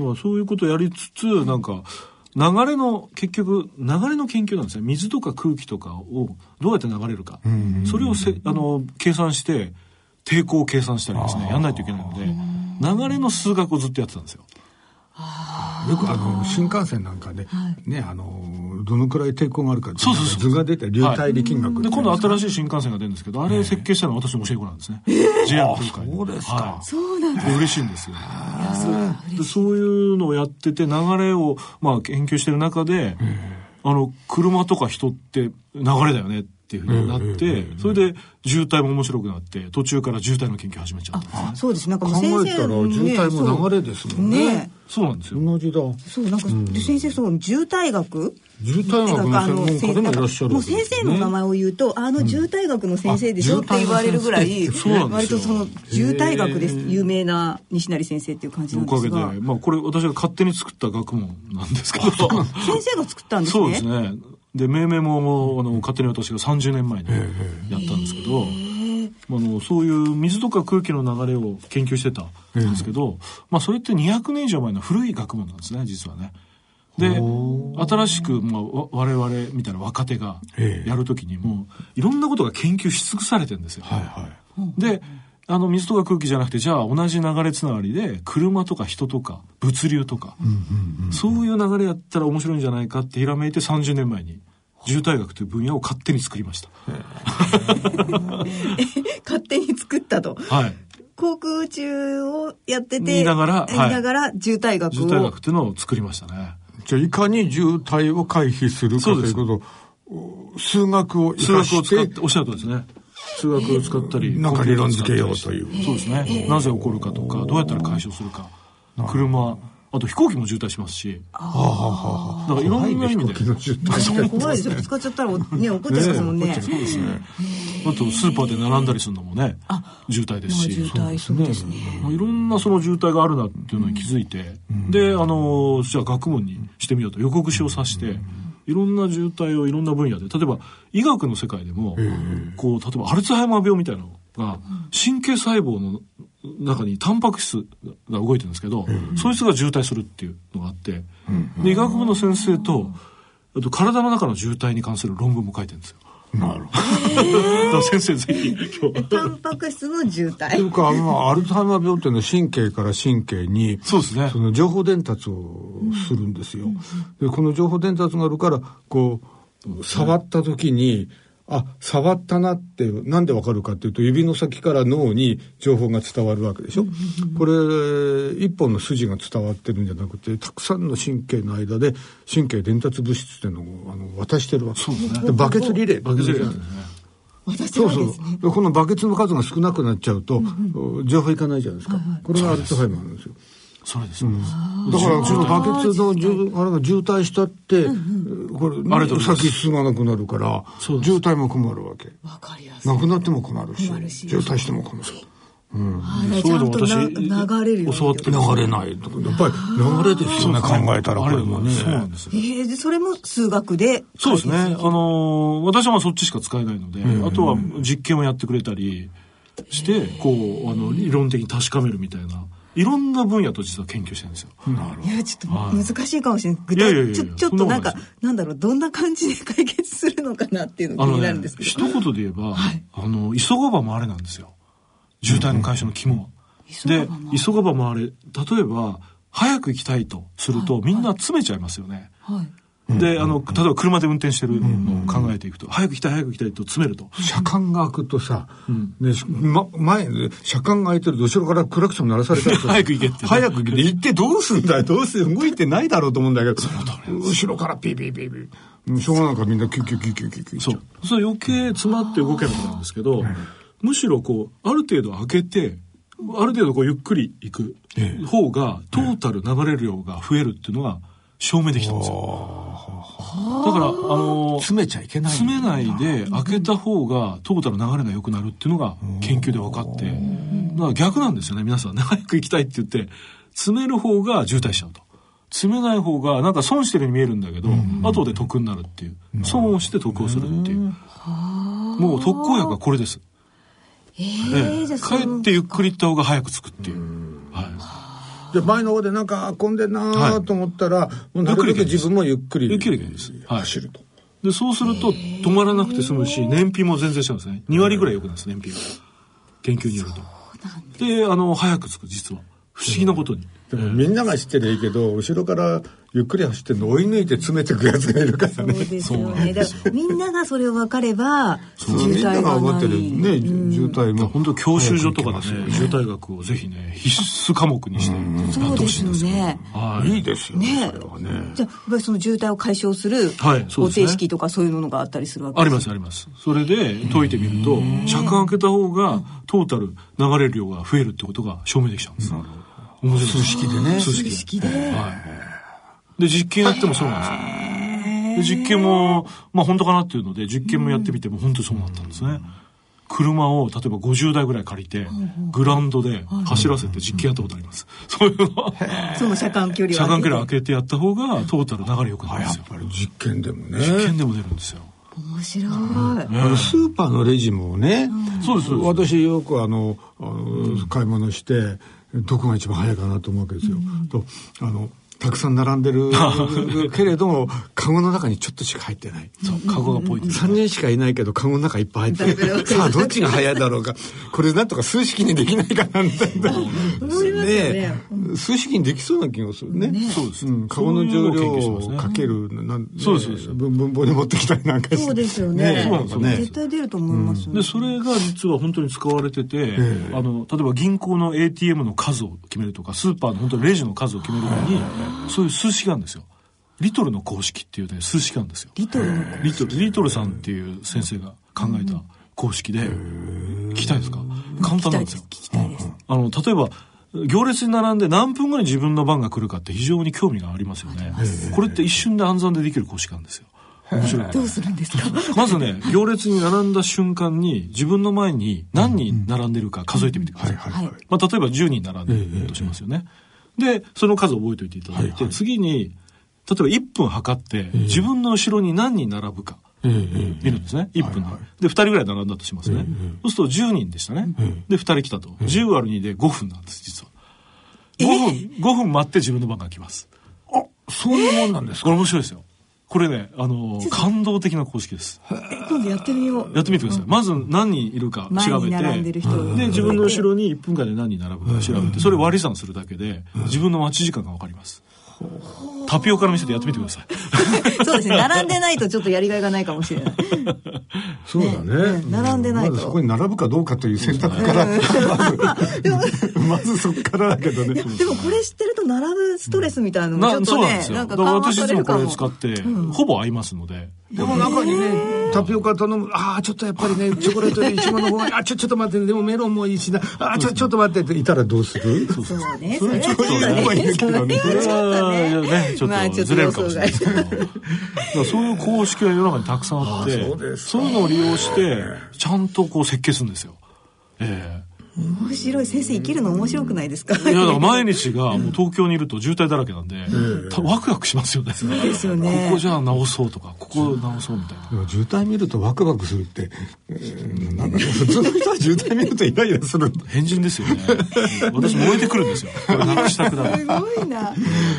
I: らそういうことをやりつつ、なんか、流れの、結局、流れの研究なんですね。水とか空気とかをどうやって流れるか。それをせ、あの、計算して、抵抗を計算したりですね、やんないといけないので、流れの数学をずっとやってたんですよ。
B: よくあの新幹線なんかで、ねあのどのくらい抵抗があるかって
I: そうそうそう
B: 図が出て流体力学って
I: で、今度
B: た
I: 新しい新幹線が出るんですけど、あれ設計したのは私の教え子なんですね。JR 東海の。
B: そうですか
I: はい
C: そうなんだ。
I: 嬉しいんですよ。でそういうのをやってて流れをまあ研究してる中で、あの車とか人って流れだよねっていうふうになって、それで渋滞も面白くなって途中から渋滞の研究始めちゃったんですね。
C: そうです。なんかもう
B: 考
C: 先生
B: えたら渋滞も流れですもんね
C: ね
I: そうなんですよ。
B: 同じだ
C: そう、なんか、で先生、その渋滞学
B: 渋滞学の専門家でもいらっしゃる
C: も
B: わ
C: う
B: けです
C: 先
B: よ
C: 生
B: ね
C: の名前を言うと、あの渋滞学の先生でしょって言われるぐらい、
I: そうなんですよ
C: 割とその渋滞学です、有名な西成先生っていう感じな
I: お
C: んで
I: か
C: す
I: げで
C: が、
I: まあこれ私が勝手に作った学問なんですけど。
C: 先生が作ったんですね。
I: そうですね。で、命名も、もうあの、勝手に私が30年前にやったんですけど、あの、そういう水とか空気の流れを研究してたんですけど、まあ、それって200年以上前の古い学問なんですね、実はね。で、新しく、まあ、わ我々みたいな若手が
B: ええ
I: やるときにも、いろんなことが研究し尽くされてるんですよ。
B: はいはい
I: で、あの、水とか空気じゃなくて、じゃあ同じ流れつながりで、車とか人とか物流とか、そういう流れやったら面白いんじゃないかってひらめいて30年前に、渋滞学という分野を勝手に作りました。
C: 勝手に作ったと。
I: はい。
C: 航空宇宙をやってて、
I: 見ながらはい
C: 見ながら渋滞学
I: 渋滞
C: を
I: 学。というのを作りましたね。
B: じゃあいかに渋滞を回避するかと
I: そう
B: い
I: です
B: うことお数学を生か
I: 数学を
B: し
I: 使ってて、おっしゃるとですね。数学を使ったり、
B: なんか
I: コンピューターを使った
B: 理論付け
I: り
B: ようという
I: そうですね。なぜ起こるかとか、どうやったら解消するか。車、あと飛行機も渋滞しますし、
B: はあはあはあ
I: だからいろんな意味で。
B: 飛行機の渋滞って
C: 怖いですよ。ぶつかっちゃったら、ね、怒っちゃいますもんね。
I: あとスーパーで並んだりするのもね、渋滞ですし。
C: 渋滞、そうですね。
I: まあいろんなその渋滞があるなっていうのに気づいて、で、あの、じゃあ学問にしてみようと予告しをさして、いろんな渋滞をいろんな分野で、例えば医学の世界でも、こう、例えばアルツハイマー病みたいなのが、神経細胞の中にタンパク質が動いてるんですけど、そいつが渋滞するっていうのがあって、で、医学部の先生と、あと体の中の渋滞に関する論文も書いてるんですよ。
B: なるほど
I: だから先生ぜひ今日。
C: タンパク質の渋
B: とい
C: 滞。
B: うかあのアルツハイマー病っていうのは神経から神経に
I: そうですね
B: そ。の情報伝達をするんですよ。でこの情報伝達があるからこう触った時にあ触ったなってなんでわかるかっていうと指の先から脳に情報が伝わるわけでしょ。これ一本の筋が伝わってるんじゃなくてたくさんの神経の間で神経伝達物質っていうのをあの渡してるわけ
I: そうですね
B: でバケツリレー
I: バケツリレーですね
C: 私
B: そう
C: は
B: そ
C: ですね。
B: う。でこのバケツの数が少なくなっちゃうと、情報いかないじゃないですか。これがアルツハイマーなんですよ。
I: それです。そうです
B: だからこのバケツの渋あれが渋滞したって、これ、
I: ありがとうございます
B: 先進まなくなるから
I: そうです
B: 渋滞も困るわけ
C: わかりやすい。
B: なくなっても困るし
C: 困るし
B: 渋滞しても困るうん
C: ね
I: そうでも
C: ちゃんとな
I: 私
C: 流れるように
I: 教わって
B: 流
I: る
B: れないとやっぱり流れですよね考えたらこれもね
I: そうなんですよ
C: えー、でそれも数学で
I: そうですね。あ
C: 解決きる
I: のー私はまあそっちしか使えないので、あとは実験をやってくれたりして、こう、あの、理論的に確かめるみたいな、いろんな分野と実は研究してるんですよ。
C: いやちょっと難しいかもしれない具
I: いやいやい
C: 体
I: や
C: ちょちょっとなんか
I: そんなことない
C: なんだろうどんな感じで解決するのかなっていうの
I: あ
C: が気
I: の
C: になるん
I: ね
C: です、け
I: 一
C: ど、
I: 言で言えば、あの、急がば回れなんですよ。渋滞の解消の肝は。で、急がば回れ、例えば、早く行きたいとすると、みんな詰めちゃいますよね。
C: はい、
I: で、あの、例えば車で運転してるのを考えていくと、早く行きたい、早く行きたいと詰めると。
B: 車間が開くとさ、ねしま、前で車間が開いてると後ろからクラクション鳴らされたりとか
I: 早く行けってね
B: 早く行けって行ってどうすんだよどうせ動いてないだろうと思うんだけど後ろからピーピーピーピーうんしょうがなんかみんなキュッキュッキュッキュッキュッキュッ
I: そう。それ余計詰まって動けなくなるんですけど、むしろこう、ある程度開けて、ある程度こうゆっくり行く方が、トータル流れる量が増えるっていうのが証明できたんですよ。だから、あの、
B: 詰めちゃいけない
I: 詰めないで開けた方がトータル流れが良くなるっていうのが研究で分かって、だから逆なんですよね、皆さんね。早く行きたいって言って、詰める方が渋滞しちゃうと。詰めない方がなんか損してるように見えるんだけど、後で得になるっていう。損をして得をするっていう。もう特効薬はこれです。
C: え
I: え
C: ー
I: え
C: じゃあそ
I: 帰
C: の
I: ってゆっくり行った方が早く着くっていう。はい。
B: で前の方でなんか混んでんなーと思ったら、もうなるべく自分もゆっくり
I: ゆっくり行くんですはい
B: 走ると、
I: で、そうすると止まらなくて済むし、燃費も全然違うんですね。2割ぐらい良くなるんです、燃費が。研究によると。で、あの、早く着く、実は。不思議なことに。
B: でもみんなが知ってりゃいいけど後ろからゆっくり走ってるの追い抜いて詰めてくやつがいるから
C: そう
B: ね
C: ですよ
I: そうな
C: ね。
I: んで
C: だ
I: す
C: からみんながそれを分かれば、
B: そうみんなが分かってるね渋滞
I: いや
B: も
I: 本当教習所とかで
B: 早く行け
I: ね、
B: ますよ
I: 渋滞学をぜひね、必須科目にしてや
C: そう
I: ってほ
C: で
I: しい
C: す
I: ん
C: よ
I: ですけど。
C: ね。
I: はい。
B: いいですよね
C: ね
B: それはね
C: じゃあ、やっぱりその渋滞を解消する
I: はいそう
C: お
I: ですね
C: 定式とかそういうものがあったりするわけ
I: あり
C: で
I: ますすあります。それで解いてみると、車間開けた方がトータル流れる量が増えるってことが証明できちゃうんです。面白いです。数式でね。数式で。はい。で、実験やってもそうなんですよ。で、実験も、まあ本当かなっていうので、実験もやってみても本当そうなったんですね。車を例えば50台ぐらい借りて、グラウンドで走らせて実験やったことあります。そういうのは。
C: その車間距離を
I: 車間距離
C: 上
I: 開けてやった方がトータル流れ良くなるんですよ。
B: やっぱり実験でもね
I: 実験でも出るんですよ。
C: げて面白い。
B: あのスーパーのレジもね、
I: そうですそうです
B: 私よくあのあの買い物してどこが一番早いかなと思うわけですよ。とあのたくさん並んでるけれどもカゴの中にちょっとしか入ってない。
I: そう、カゴがポイントです
B: 3人しかいないけどカゴの中いっぱい入ってる。さあどっちが早いだろうか。これなんとか数式にできないかなみたいな。
C: 思いますよね
B: え数式にできそうな気がするね。
I: そうです
B: ん、カゴの重量をかけ
I: る。
B: る、なん
I: そうですそうです
B: 文文法に持ってきたりなんかして
C: そうですよね
B: そうなんですよね
C: 絶対出ると思いますよね
I: で、それが実は本当に使われてて、あの、例えば銀行の ATM の数を決めるとか、スーパーの本当にレジの数を決めるのに、そういう数式があるんですよ。リトルの公式っていうね、数式があるんですよ。
C: リトルの
I: リトル、リトルさんっていう先生が考えた公式で、聞きたいですか簡単なんですよ。
C: 聞きたいです。
I: あの、例えば、行列に並んで何分後に自分の番が来るかって非常に興味がありますよね。これって一瞬で暗算でできる公式なんですよ。面白い。
C: どうするん ですか
I: まずね、 行列に並んだ瞬間に、自分の前に何人並んでるか数えてみてください。
C: はい。
I: まあ、例えば10人並んでるとしますよね。で、その数を覚えておいていただいて、次に、例えば1分測って、自分の後ろに何人並ぶか。見るんですね。1分で。で、2人ぐらい並んだとしますね。そうすると10人でしたね。で、2人来たと。10割る2で5分なんです、実は。5分、5分待って自分の番が来ます。
B: そういうもんなんです
I: これ面白いですよ。これね、あのー、感動的な公式です。
C: え今度やってみよう。
I: やってみてください。まず何人いるか
C: 前
I: 調
C: に
I: べて。
C: 並んでる人を
I: で、自分の後ろに1分間で何人並ぶか調べて、それ割り算するだけで、自分の待ち時間がわかります。タピオカの店でやってみてください。
C: そうですね。並んでないとちょっとやりがいがないかもしれない。
B: そうだね。
C: ね並んでないと
B: まずそこに並ぶかどうかという選択から、まず、まずそこからだけどね。
C: でもこれ知ってると並ぶストレスみたいなのもちょっ
I: そ
C: と
I: うなん
C: ね
I: で、すよ。
C: な
I: だ
C: ん
I: か
C: から緩和
I: 私い
C: さ
I: つ
C: れ
I: も
C: る
I: こ
C: か
I: れ
C: も。
I: 使って、ほぼ合いますので。
B: でも中にね、タピオカ頼む。ああ、ちょっとやっぱりね、チョコレートよりイチゴの方が、あ、ちょ、ちょっと待ってね、でもメロンもいいしな、あ、ちょ、ちょっと待ってっていたらどうする
C: そうね。それはちょっと
B: そういう方がいい
C: ね。
B: けどね。
I: それはね、ちょ
C: まあ
I: っ
C: ち
I: と
C: ょっと
I: ずれるかもしれないですけど。だからそういう公式が世の中にたくさんあって、そういうのを利用して、ちゃんとこう設計するんですよ。ええ
C: 面白い先生生きるの面白くないですか
I: いや、だから毎日がもう東京にいると渋滞だらけなんで、たワクワクしますよね。そう
C: ですよね
I: ここじゃあ直そうとか、ここ直そうみたいな。
B: でも渋滞見るとワクワクするって、えーなんか普通の人は渋滞見るとイライラするんだ
I: 変人ですよね。私燃えてくるんですよ。これなくしたくなる。
C: ごいな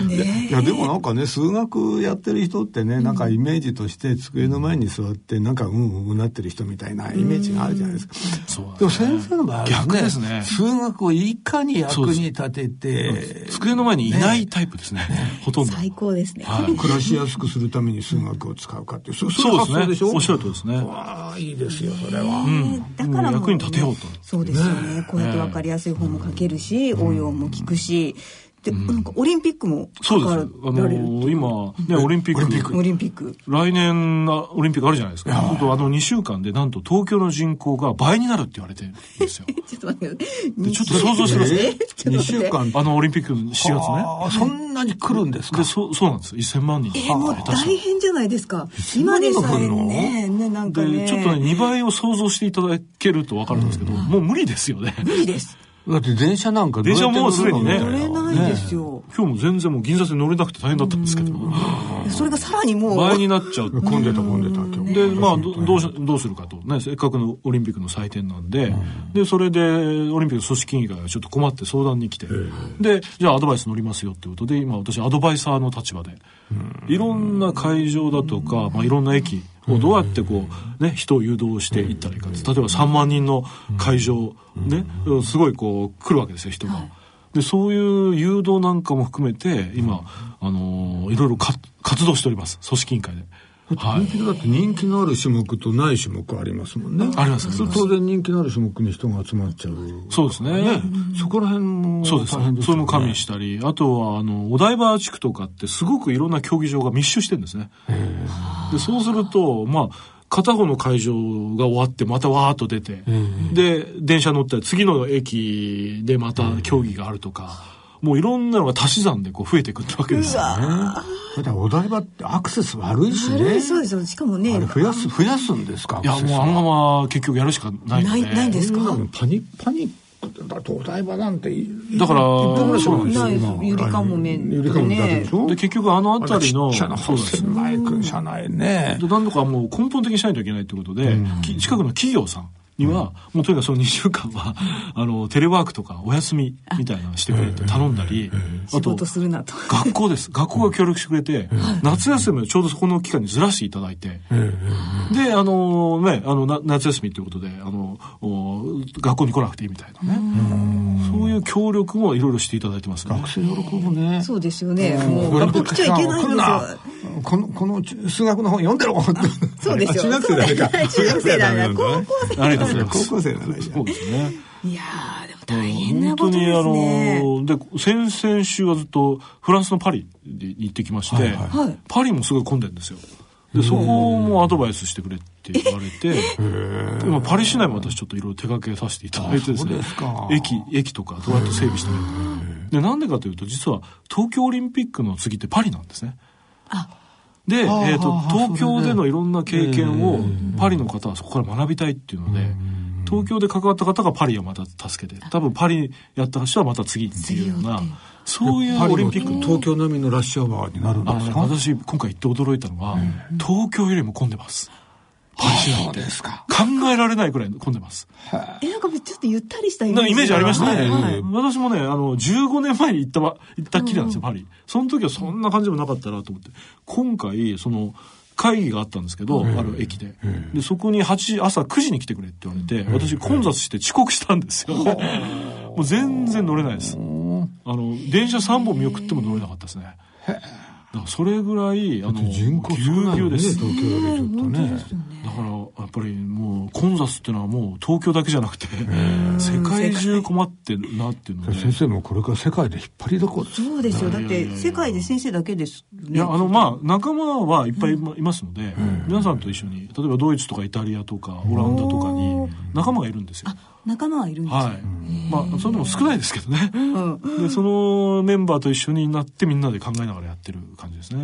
C: ね
B: いやでもなんかね数学やってる人ってねなんかイメージとして机の前に座ってなんかうんうんうんなってる人みたいなイメージがあるじゃないですか、
I: そうだね
B: でも先生の場合は、ね、
I: 逆ですね
B: 数学をいかに役に立てて
I: 机の前にいないタイプですね。ほとんど。
H: 最高ですね、
I: はい
B: 暮らしやすくするために数学を使うかっていうそ
I: そうです
B: い発想
I: ね。
B: しょ
I: おっしゃるとりですね。
B: わあいいですよそれは、
C: だからもう
I: 役に立てようと
C: そうですよねこうやって分かりやすい本も書けるし、応用も聞くしで、なんかオリンピックも
I: そうです。あ
C: 関わ
I: の
C: られる
I: ー、今、ね、オリンピック。
C: オリンピック
I: 来年のオリンピックあるじゃないですか。そうするとあの2週間でなんと東京の人口が倍になるって言われてるんですよ。
C: ちょっと待って
I: でちょっと想像してください。
C: ょっと
B: 2
C: 待っ
B: 週
C: て
B: 間
I: あのオリンピックの4月ね。
B: ああそんなに来るんですか
I: で、そう、そうなんです。1000万人。
C: えーもう
I: 下手した
C: 大変じゃないですか今でさえねねなんから
I: で
C: ね
I: ちょっとね、2倍を想像していただけると分かるんですけど、もう無理ですよね。
C: 無理です
B: だって電車なんかどうやって乗るの
I: 電車もうすでにね
C: 乗れないですよ、
I: 今日も全然もう銀座線乗れなくて大変だったんですけど、
C: それがさらにもう
I: 倍になっちゃう。
B: 混んでた混んでた今日
I: で、まあ、どどうしどうするかと、ね、せっかくのオリンピックの祭典なんで、で、それで、オリンピックの組織委員会がちょっと困って相談に来て、で、じゃあアドバイス乗りますよってことで、今私アドバイサーの立場で、いろんな会場だとか、まあ、いろんな駅をどうやってこう、ね、人を誘導していったらいいかって、例えば3万人の会場、ね、すごいこう、来るわけですよ、人が。で、そういう誘導なんかも含めて、今、あのーいろいろか活動しております、組織委員会で。はい
B: 人気だって人気のある種目とない種目ありますもんね。
I: ありますあり
B: そ
I: ます
B: れ当然人気のある種目に人が集まっちゃう。
I: そうですね。
B: そこら辺も
I: そう
B: 大
I: です
B: 変ですよね。
I: それも加味したり、あとは、あの、お台場地区とかってすごくいろんな競技場が密集してるんですね。で、そうすると、まあ、片方の会場が終わって、またわーっと出て、で、電車乗ったら次の駅でまた競技があるとか、もういろんなのが足し算でこう増えてくるわけですよ。
B: だってお台場ってアクセス悪いしね。
C: そうですよしかもね
B: あれ増やす、増やすんですか
I: いや、もうあのまま結局やるしかないの
C: な
I: で。
C: いないんですか
B: そんなのパニック、パニックだとお台場なんてい、
I: だから
B: 一分ぐらいしかない
C: ないですゆりかもめ
B: ゆりかもめだけでしょ
I: で、結局あの
B: あれ
I: 辺りの、
B: ちっちゃな
I: そうです
B: 狭いく車内ね
I: で。何度かもう根本的にしないといけないということで、き近くの企業さんには、もうとにかくその2週間は、 あの、テレワークとかお休みみたいなのしてくれって頼んだり、あ
C: 仕
I: と
C: 事、するなと
I: 学校です。学校が協力してくれて、夏休みをちょうどそこの期間にずらしていただいて、で、あの、ね、あの、な夏休みということで、あの、お学校に来なくていいみたいなね。そういう協力もいろいろしていただいてますね。
B: 学生喜ぶね。
C: そうですよねもう学校来ちゃいけないんですよ
B: この、この数学の本読んでろ
C: そうですよ
B: 中学生ダメか。
C: 中学生ダメだ
B: 中学生
I: ありがとうござい
B: だ
I: ます。
B: 高校生ならいいじゃん
I: そうですね。
C: いやーでも大変なことですね
I: 本当にあの、で、先々週はずっとフランスのパリに行ってきまして、
C: はい
I: パリもすごい混んでるんですよ。で、そこもアドバイスしてくれって言われて、今パリ市内も私ちょっといろいろ手掛けさせていただいてですね、
B: あそうですか
I: 駅、駅とかどうやって整備したらいいのか。で、なんでかというと、実は東京オリンピックの次ってパリなんですね。で、え
B: あー
I: ー、と
B: あー
I: 東
B: そ
I: 京で
B: うだ
I: のいろんな経験をパリの方はそこから学びたいっていうので、東京で関わった方がパリをまた助けて、多分パリやった人はまた次っていうような、そういうオリンピック
B: パリも
I: の。
B: 東京並みのラッシュアワーになるん
I: あ
B: で
I: の
B: す
I: ね、
B: か
I: 私今回行って驚いたのは、東京よりも混んでます。パリ市内って。
B: ですか。
I: 考えられないくらい混んでます。
C: えなんかちょっとゆったりしたイメ
I: な
C: ー
I: ん
C: ジ
I: かイメージありましたね。
C: はいはい
I: 私もね、あの、15年前に行ったば、行ったっきりなんですよ、パリ。その時はそんな感じもなかったなと思って。今回、その、会議があったんですけど、ある駅で。で、そこに8時、朝9時に来てくれって言われて、私混雑して遅刻したんですよ。 もう全然乗れないです。あの、電車3本見送っても乗れなかったですね。だからそれぐらい、あの、
B: 人口
I: ぎ
B: 少
I: ゅう
B: ない
I: ぎゅ
B: よ
I: う
B: ね、
I: です
B: 東。京だけちょっとね。
I: だからやっぱりもう混雑っていうのはもう東京だけじゃなくて世界中困ってるなっていうので
B: 先生もこれから世界で引っ張りだこです。
C: そうですよだって世界で先生だけですよね
I: いやあのまあ仲間はいっぱいいまいますので皆さんと一緒に例えばドイツとかイタリアとかオランダとかに仲間がいるんですよ
C: 仲間はいるんですよ、
I: はい。まあ、それでも少ないですけどね。で、そのメンバーと一緒になってみんなで考えながらやってる感じですね。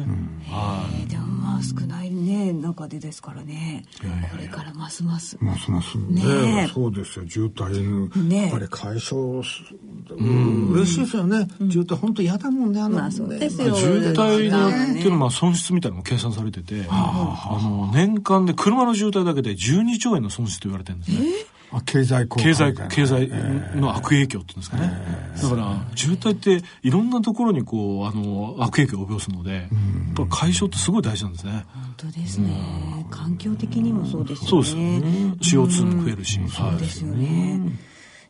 I: は
C: えーでもまあ少ないね中でですからねこれからますます
B: ますます
C: ね
B: ね
C: え
B: そうですよ渋滞、
C: ねえ
B: やっぱり解消す、うん、嬉しいですよね、渋滞本当嫌だもんねあんな
C: まあそうです
I: い。
C: よ
I: 渋滞
C: だ
I: だっていうのは損失みたいなのも計算されてて、あの、年間で車の渋滞だけで12兆円の損失と言われてるんですね。
B: あ経済効果
I: 経済
B: みたい、な
I: 経済の悪影響っていうんですかね。だから、渋滞っていろんなところにこう、あの、悪影響を及ぼすので、やっぱ解消ってすごい大事なんですね。
C: 本当ですね環境的にもそうです
I: そ
C: よ
I: う
C: ね
I: ですよね。CO2 も増えるし。
C: そうですよね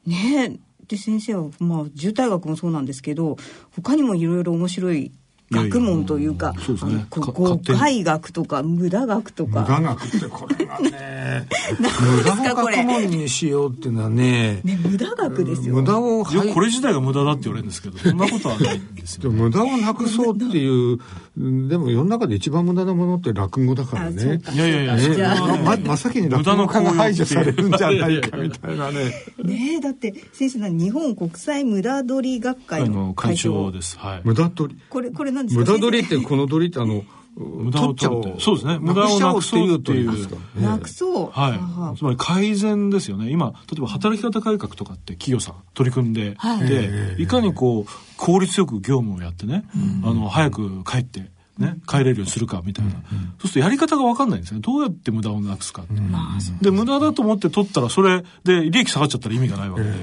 C: ねえで先生は、まあ、渋滞学もそうなんですけど他にもいろいろ面白い学問というか
I: いやいやそうですね
C: あのこ
I: か
C: 誤
I: 勝手に
C: 解学とか無駄学と
B: 無
C: か
B: 駄学ってこれがね無駄を学問にしようってのはね
C: ね無駄学ですよ
B: 無駄を
I: いや
B: 排
I: これ自体が無駄だって言われるんですけど、そんなことはないんです
B: で
I: よ、
B: も無駄をなくそうっていううんでも世の中で一番無駄なものって落語だから
C: あそう
B: ね
C: か
I: いやいやいや、
B: ね
I: それはね
B: ままさきに落語家が排除されるんじゃないかみたいなね
C: ねえだって先生なん日本国際無駄取り学
I: あ
C: 会の
I: の会
C: 会長
I: 長です。はい。
B: 無駄取り
C: これこれなんです
B: 無
C: か
B: 駄取りってこの取りってあの
I: 無駄を取るって
B: 取っちゃお
I: そうですね無駄をなくそうっていう
B: なくしちゃおうっていう取りですか
C: なくそう、
I: はい、つまり改善ですよね今例えば働き方改革とかって企業さん取り組んで、
C: はい
I: でいかにこう効率よく業務をやってね、あの早く帰って、ね、帰れるようにするかみたいな、そうするとやり方が分かんないんですねどうやって無駄をなくすかって、で無駄だと思って取ったらそれで利益下がっちゃったら意味がないわけで、だ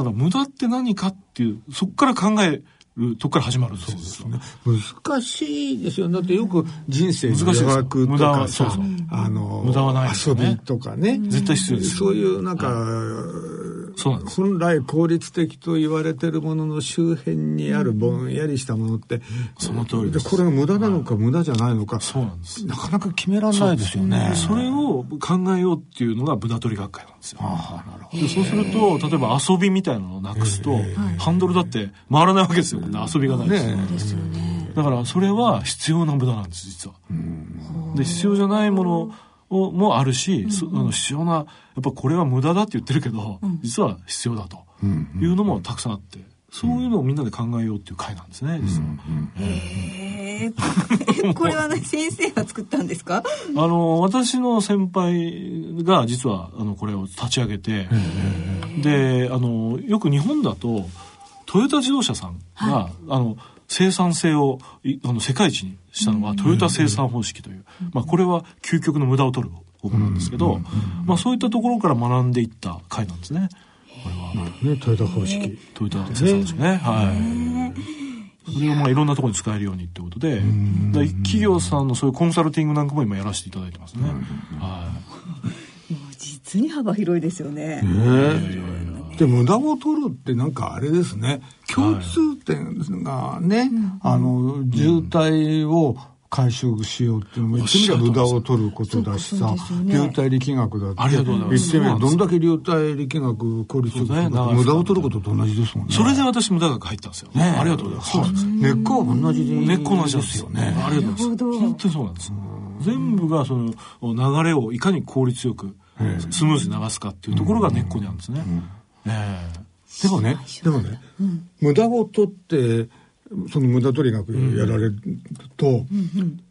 I: から無駄って何かっていうそこから考えるとこから始まるんですよ
B: 難しいですよだってよく人生の
I: 難しいです
B: 余白と
I: 無駄
B: か
I: はそ
B: さ
I: うそう
B: あの
I: 無駄はないです
B: 遊
I: よね
B: びとかね
I: 絶対必要ですよ
B: そういうなんか
I: そうなんです
B: 本来効率的と言われてるものの周辺にあるぼんやりしたものって
I: その通りです
B: これが無駄なのか無駄じゃないのか
I: そうなんです
B: なかなか決められないですよね
I: それを考えようっていうのがブダ取り学会なんですよ。でそうすると、例えば遊びみたいなのをなくすと、ハンドルだって回らないわけですよ。遊びがないですよ。
B: ね
I: だからそれは必要な無駄なんです、実は。で、必要じゃないものをもあるし、そあの必要な、やっぱこれは無駄だって言ってるけど、実は必要だというのもたくさんあって、そういうのをみんなで考えようっていう会なんですね、実は。
C: えー これはね先生が作ったんですか
I: あの私の先輩が実はあのこれを立ち上げてであのよく日本だとトヨタ自動車さんが、あの生産性をいあの世界一にしたのはトヨタ生産方式という、まあ、これは究極の無駄を取る方法なんですけど、まあ、そういったところから学んでいった回なんですね
B: ねトヨタ方式
I: トヨタ生産方式ね。はいそれをまあいろんなところに使えるようにってことで、だから企業さんのそういうコンサルティングなんかも今やらせていただいてますね。はい。
C: もう実に幅広いですよね、
B: ねで無駄を取るってなんかあれですね共通点がね、あの渋滞を回収しようっていうのも言ってみれば無駄を取ることだしさ、流体力学だって
I: ありがとうございま
B: 言っ
I: す
B: てみればどんだけ流体力学効率よくするか
I: そうですね
B: 無駄を取ることと同じですもんね
I: それで私無駄学入ったんですよ。ありがとうございます。そうなんです
B: 根っこは同じで
I: 根っこの味なん
B: で
I: ですすよ
B: よ
I: ね。
B: ね
I: ありがとうございます。本当にそうなんです。全部がその流れをいかに効率よくスムーズに流すかっていうところが根っこにあるんですね。ええ
B: でもねでもね、無駄を取ってその無駄取り学やられると、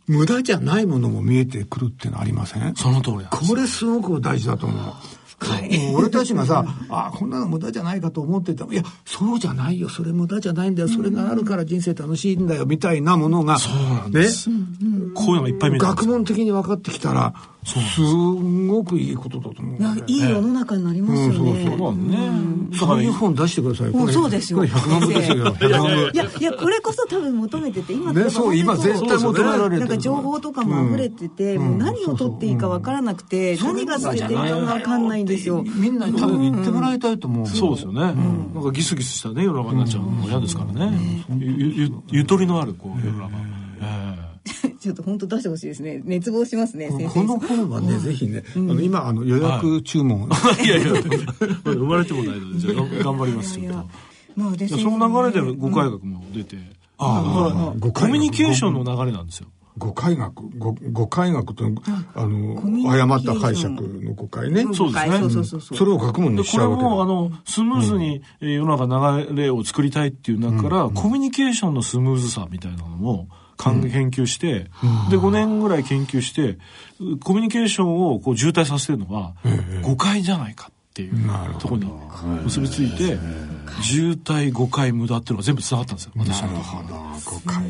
B: 無駄じゃないものも見えてくるっていうのありません
I: その通りなんです。
B: これすごく大事だと思う。もう俺たちがさ、あこんなの無駄じゃないかと思ってた。いや、そうじゃないよ。それ無駄じゃないんだよ。それがあるから人生楽しいんだよ。みたいなものが、
I: そうなんです。こういうのがいっぱい見えてくるん
B: 学
I: ですよ
B: 問的に分かってきたら、すんごくいいことだと思う。
C: まあいい世の中になりますよね、
I: そうなんね。だか
B: そう
I: ら
B: いう本出してください。これ
C: そうですよ
B: これ100万部ですよ。100万部
C: いやいやこれこそ多分求めてて今
B: ねそう今絶対求められてる
C: なんか情報とかも溢れてて、もう何を取っていいかわからなくて、何が取れていいかわかんないんですよ。
B: みんなに多分言ってもらいたいと思う。
I: そうですよね。なんかギスギスしたね、世の中になっちゃうのも嫌ですからね。ゆゆゆとりのある、こう、世の中。ええ
C: ちょっと本当出してほしいですね。熱望しますね先
B: こ
C: 生。
B: の本はね、ぜひね、あの今あの予約注文、
I: いやいや、生まれてもないので、じゃあ頑頑張りますけど。
C: まあで
I: いやその流れで誤解学も出て、だから
B: ああ
I: コミュニケーションの流れなんですよ。
B: 誤解学、誤誤解学というのは、あ
C: コミュニ
B: の、
C: ケーション
B: 誤った解釈の誤解ね。
I: そうですね
C: そうそうそうそう
B: それを学問
I: で
B: にし
I: こ
B: ちゃ
I: れ
B: うわけだ
I: もあのスムーズにえー世の中流れを作りたいっていう中から、コミュニケーションのスムーズさみたいなのもかん研究して、で5年ぐらい研究してうコミュニケーションをこう渋滞させてるのは誤解じゃないかっていうところに結びついて渋滞誤解無駄っていうのが全部つながったんですよ私の中で
B: 誤解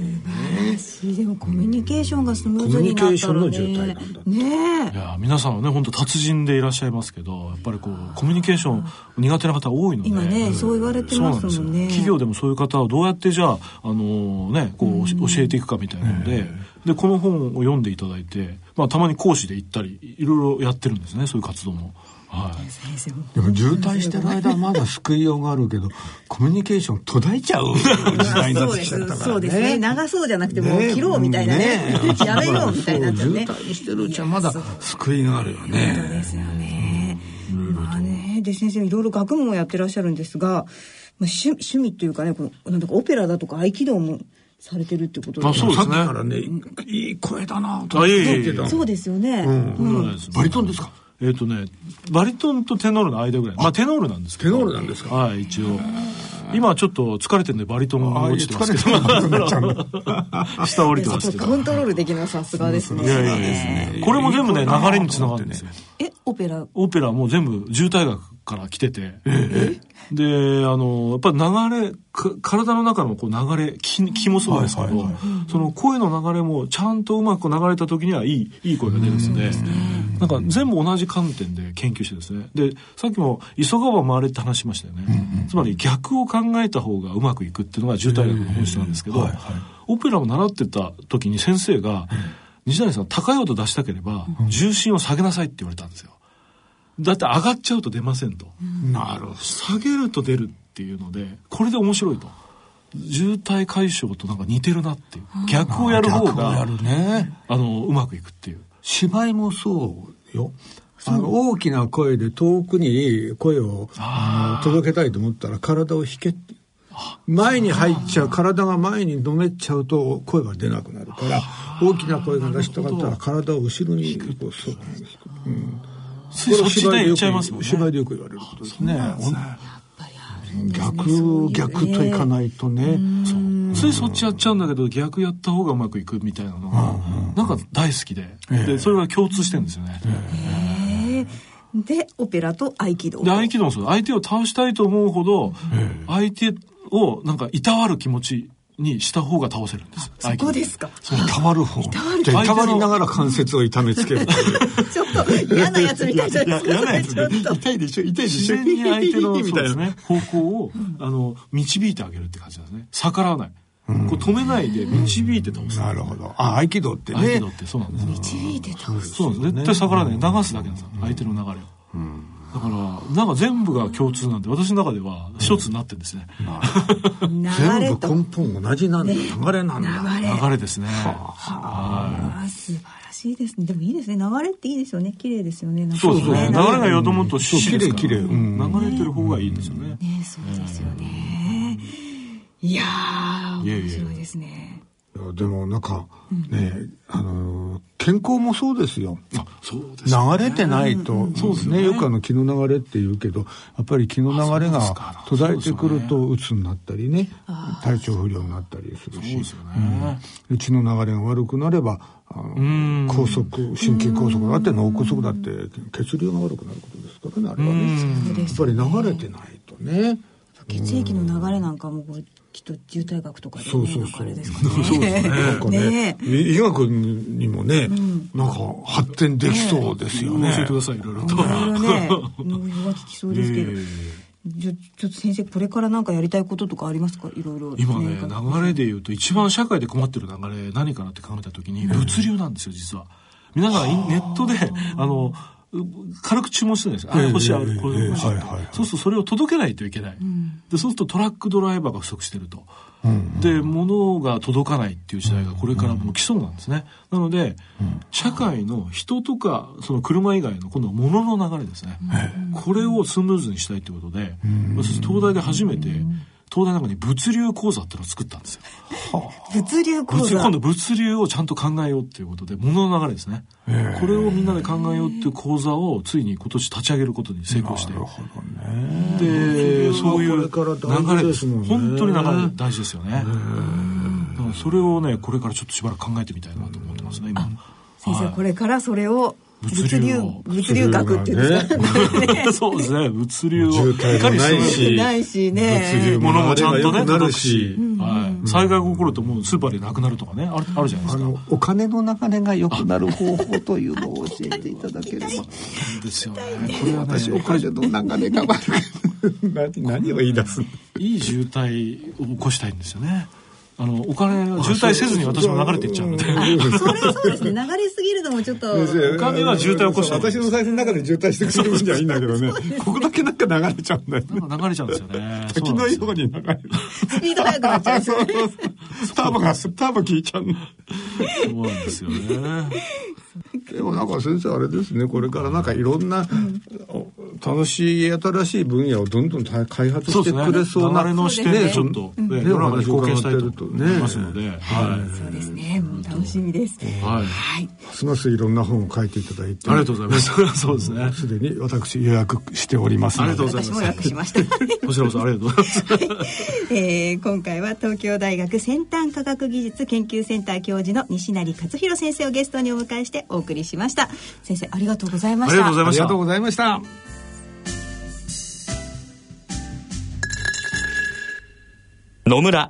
C: 私でもコミュニケーションがスムーズに
J: コミュニ
C: な
J: ケ
C: っ
J: ーシ
C: た
J: ョン
C: ら
J: の
C: ね
J: 渋滞なんだ
C: ね
I: いやー皆さんはね本当達人でいらっしゃいますけどやっぱりこうコミュニケーション苦手な方多いので
C: 今ねそう言われてますもんね
I: そうなんですよ企業でもそういう方をどうやってじゃあ、あのーね、こう、教えていくかみたいなので、で、この本を読んでいただいて、まあ、たまに講師で行ったり、いろいろやってるんですね、そういう活動も。はい。
B: でも渋滞してる間はまだ救いようがあるけど、コミュニケーション途絶えちゃう時代にな
C: そ
B: っ
C: う
B: て
C: で
B: きちゃった
C: す
B: からね。
C: そうですね長そうじゃなくてもう切ろうみたいなね
B: ねえ
C: やめようみたいになっちゃ
B: そうう
C: ね
B: 渋滞してるうちはまだ救いがあるよ
C: そうで
B: ね。
C: すよね。まあね、で先生いろいろ学問をやってらっしゃるんですが、まあ、趣趣味というかねこのなんだかオペラだとか合気道もされてるってことで
I: あそうですね
B: さっきからね、いい声だなと
I: あいえいえ
B: 言ってた
C: そうですよね、うん
B: バリトンですか
I: えっ、とね、バリトンとテノールの間ぐらい。まあ、テノールなんですけど。
B: テノールなんですか
I: はい、一応。今はちょっと疲れてるんでバリトンが落ちてますけ
B: ああ疲れてる
I: ど。 下降りてますけど。
C: コントロールできなさすがですね
I: いやいやいやこれも全部ね、流れにつながるんですよ。
C: えオペラ
I: オペラも全部渋滞学から来てて、で、あの、やっぱ流れ、か体の中のこう流れ、気気もそうですけど、その声の流れもちゃんとうまく流れた時にはいい、いい声が出るので、なんか全部同じ観点で研究してですね。で、さっきも急がば回れって話しましたよね。つまり逆を考えた方がうまくいくっていうのが渋滞学の本質なんですけど、オペラを習ってた時に先生が、西谷さん高い音出したければ、重心を下げなさいって言われたんですよ。だって上がっちゃうと出ませんと。
B: なるほど。
I: 下げると出るっていうので、これで面白いと。渋滞解消となんか似てるなっていう。逆をやる方
B: 逆をや
I: が、
B: るね。
I: あの、うまくいくっていう。
B: 芝居もそうよ。あの大きな声で遠くに声をあの届けたいと思ったら体を引けって前に入っちゃう体が前にのめっちゃうと声が出なくなるから大きな声が出したかったら体を後ろにこうそううん
I: ついそっちで行っちゃいますもんね。
B: 芝居でよく言われることですね逆逆といかないとね
I: ついそっちやっちゃうんだけど、逆やった方がうまくいくみたいなのが、なんか大好きで。で、それが共通してるんですよね。
C: でオペラと合気道
I: で、合気道もそう。相手を倒したいと思うほど、相手をなんかいたわる気持ちにした方が倒せるんです。
C: そこですか
B: たまる方じゃあいたわりながら関節を痛めつけるという
C: ちょっと嫌なやつみたいじゃないですかそれちょっと
B: 痛いでしょ痛いで
I: 自
B: しょ
I: 然に相手の
B: み
I: そう
B: たいな
I: ですね方向をあの導いてあげるって感じなんですね逆らわない、こう止めないで導いて倒す
B: なるほどあ合気道って
I: 合気
B: ね
I: 道ってそうなんですよ
F: 導いてた
I: そうなんです絶対逆らわない流すだけなんですよ相手の流れをだからなんか全部が共通なんで私の中では一つになってるんですね
C: 流れ
B: 全
C: と
B: 部根本同じなんだ流れなんだ
C: 流れ
I: 流れですね
C: あー素晴らしいですねでもいいですね流れっていいですよね綺麗ですよねなんか
I: そうです
C: ね
I: ね流れがよどむと死ですから
B: そう綺麗綺麗うん
I: 流れてる方がいいですよね
F: ねそうですよね
C: いやー
I: いえいえ
C: 面白いですね
B: いやでもなんかねあのー健康もそうですよ
I: あそうです
B: 流れてないと
I: そうですね
B: ねよくあの気の流れって言うけどやっぱり気の流れ
I: あそうですか
B: が途絶えてくると鬱になったりね体調不良になったりする
I: そうです
B: し
I: よね
B: で血の流れが悪くなればあの
I: ん
B: 梗塞心筋梗塞だって脳梗塞だって血流が悪くなることですからねあれはねやっぱり流れてないとね
C: 血液の流れなんかもこれきっと渋滞学とかでね
B: そうそうそう
C: なんかあれですかね
B: そうですね。なんかね
C: ね、
B: 医医学にもね、なんか発展できそうですよね。
I: 教えてくださいいろいろ
C: い
I: と
C: ろいろ ね農業が効きそうですけど、
I: いえいえい
C: じゃちょっと先生これからなんかやりたいこととかありますかいろいろ
I: 今ね流れで言うと一番社会で困ってる流れ何かなって考えた時に物流なんですよ実は皆さんインネットであのう軽く注文するじゃないですか。あ、
B: え
I: 欲
B: え
I: しい、あこれ欲しい
B: ええはいはいはい。
I: そうするとそれを届けないといけない。で、そうするとトラックドライバーが不足してると。で、物が届かないっていう時代がこれからもう来そうなんですね。なので、社会の人とか、その車以外の今度は物の流れですね。これをスムーズにしたいということで、私東大で初めて東大の中に物流講座っていうのを作ったんですよ。
C: 物流講
I: 物流
C: 座
I: 今度物流をちゃんと考えようっていうことで物の流れですねこれをみんなで考えようっていう講座をついに今年立ち上げることに成功してでそういう流
B: これから大
I: れ
B: 事
I: で
B: ですすもんね
I: 本当に流れ大事ですよねだからそれをねこれからちょっとしばらく考えてみたいなと思ってますね今
C: 先生、
I: はい
C: これからそれを
I: 物
C: 物
I: 流
C: 流
I: を
C: 物流学っていうんですか、
I: そうですね物流を
B: 渋滞もない
I: す
B: し
C: ないしね
B: 物流
I: 物もちゃん
B: 流れば良
I: とね
B: くな
I: 届
B: る
I: くし
B: し、
I: はい、災害が起こるともうスーパーでなくなるとかねあるあるじゃないですか
D: お金の流れが良くなる方法というのを教えていただければ
I: ですよねこれはね
D: 私お金の流れが悪く
B: 何何を言い出すの
I: いい渋滞を起こしたいんですよね。あの、お金、渋滞せずに私も流れていっちゃうので。
C: それそうですね流れすぎるのもちょっと
B: お
I: 金は渋滞起こしてる
B: 私の財布の中で渋滞してくれる分にはいいんだけどねここだけなんか流れちゃうんだよね
I: なんか流れちゃうんですよ ね。
B: 滝のように流れる
C: スピード速くなっちゃう
B: そうそうそうターボがターボ効いちゃうの
I: そうなんですよね。
B: でもなんか先生あれですねこれからなんかいろんな、お楽しい新しい分野をどんどんた開発
I: そう
B: し
I: で
B: て
I: すね。
B: くれそうな
I: 流れの視点でちょっと、ね、ドラマに貢献したいと思いますので、はい。
C: そうですねもう楽しみです
I: はい。
C: はい
B: ますますいろんな本を書いていただいて
I: ありがとうございます。そうですね。
B: すでに私予約しております
I: あ
B: の
I: り
B: で
I: がとうござい
C: 私も
I: ま
C: 訳
I: す。
C: しました
I: こちらこそありがとうございます。
H: えー今回は東京大学先端科学技術研究センター教授の西成勝弘先生をゲストにお迎えしてお送りしました先生ありがとうございま
I: あ
H: し
I: りがと
H: た
I: うござい
B: あ
I: まし
B: りが
I: た
B: とう。ございました
J: 野村、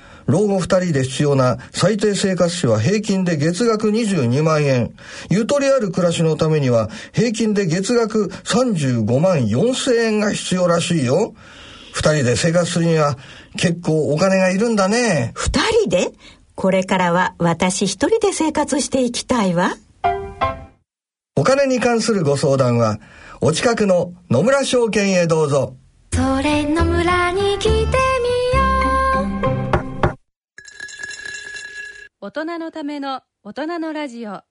G: 老後二人で必要な最低生活費は平均で月額22万円。ゆとりある暮らしのためには平均で月額35万4千円が必要らしいよ。二人で生活するには結構お金がいるんだね。
K: 二人でこれからは私一人で生活していきたいわ
G: お金に関するご相談は、お近くの野村証券へどうぞ。
E: それの村に来てみよう
A: 大人のための大人のラジオ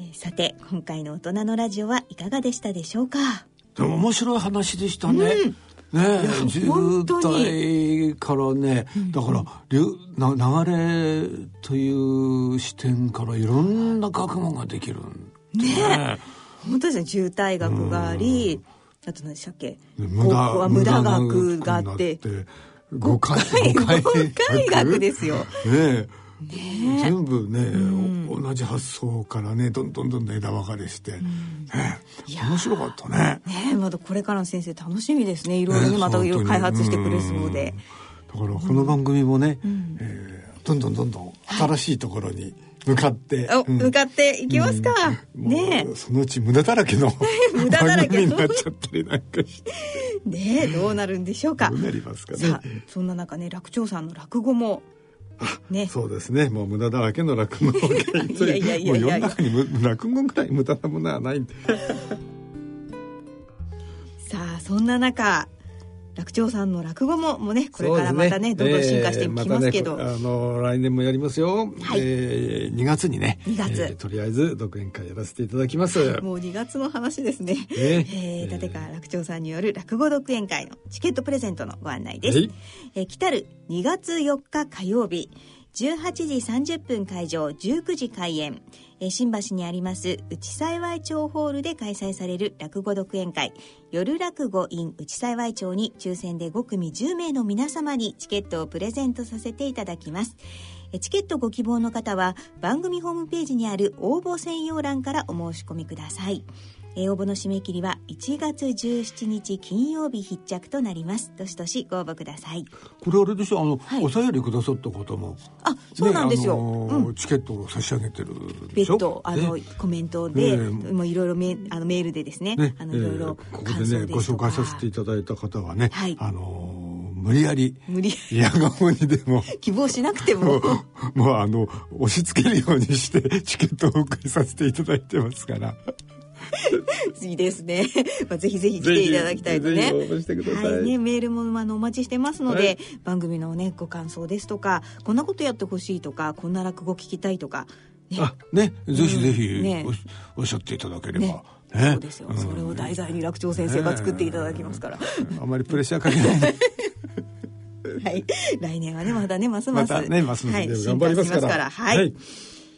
H: えーさて今回の大人のラジオはいかがでしたでしょうか
B: でも面白い話でしたね。ねえ、渋
C: 本当に
B: 滞からね、だから、流な流れという視点からいろんな学問ができるんでね。
C: 本当ですね渋滞学がありあと何でしたっけ
B: で
C: 高校は無駄学があって
B: 無駄学にな誤解
C: 誤解
B: 誤解
C: 誤解学です よ
B: ねえ全部ね、お同じ発想からねどんどんどんどん枝分かれして、ねえ面白かったね。
C: ねえまだこれからの先生楽しみですねいろいろねまたいろいろ開発してくれそうで
B: だからこの番組もね、えーどんどんどんどん新しいところに向かって、
C: お
B: うん
C: 向かっていきますかね
B: もうそのうち無駄だらけの
C: 無駄だら
B: 番
C: け
B: 組に
C: の
B: なっちゃったりなんかして
C: えねえどうなるんでしょうか
B: どうなりますか
C: さあ
B: ね。
C: そんな中ね楽長さんの落語もね
B: そうですねもう無駄だらけの落語と
C: いやいや
B: い
C: いうや
B: もう
C: い
B: 世
C: や
B: の中にむ落語ぐらい無駄なものはないんで
C: さあそんな中楽長さんの落語ももうねこれからまたね
B: そ
C: ど
B: うん
C: どん
B: ですね
C: 進化していきますけど、
B: えーまたねこあの来年もやりますよ、
C: はい
B: えー2月にね
C: 2月
B: えーとりあえず独演会やらせていただきます
C: もう2月の話です ね。えー立川楽長さんによる落語独演会のチケットプレゼントのご案内です。
B: はい
H: えー来たる2月4日火曜日18時30分会場19時開演えー新橋にあります内幸町ホールで開催される落語独演会夜落語 in 内幸町に抽選で5組10名の皆様にチケットをプレゼントさせていただきますえーチケットご希望の方は番組ホームページにある応募専用欄からお申し込みください
C: えー応募の締め切りは1月17日金曜日必着となりますどしどしご応募ください
I: これあれでしょあの、お便りくださった方も
C: あそうなんですよ
I: ねあのー
C: うん
I: チケットを差し上げてるでしょ
C: 別途あの、
I: ね
C: コメントで、
I: ねえ
C: もういろいろメあのメールでですね
I: ね
C: あのいろいろ
I: えーここ
C: 感
I: で
C: 想
I: ね
C: で
I: ご
C: す
I: 紹
C: とか、
I: 介させていただいた方はね、
C: はい
I: あのー無理やり
C: 無理
I: 嫌顔にで も
C: 希望しなくても
I: もうあの押し付けるようにしてチケットをお送りさせていただいてますから
C: いいですね、まあ、ぜひぜひ来ていただきたいとね
I: ぜひぜひ応募してください
C: はいね、メールもあのお待ちしてますので、
I: はい
C: 番組のねご感想ですとかこんなことやってほしいとかこんな落語聞きたいとか
I: あねぜひぜひ
C: うんね
I: お,、おっしゃっていただければ、
C: ね
I: ね
C: そうですよ、それを題材に楽長先生が作っていただきますから、
I: あんまりプレッシャーかけないで
C: はい、来年はねまたね ますま
I: ますたねますの
C: はい
I: で頑張りますから,、
C: 進化しはい、
I: はい、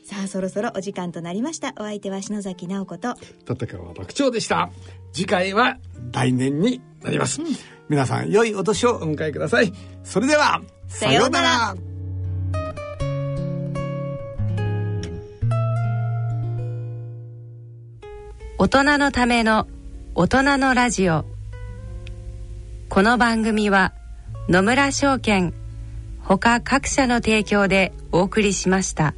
C: さあそろそろお時間となりましたお相手は篠崎直子と
I: 立川楽長でした次回は来年になります、皆さん良いお年をお迎えくださいそれでは
C: さようなら
A: 大人のための大人のラジオこの番組は野村証券他各社の提供でお送りしました。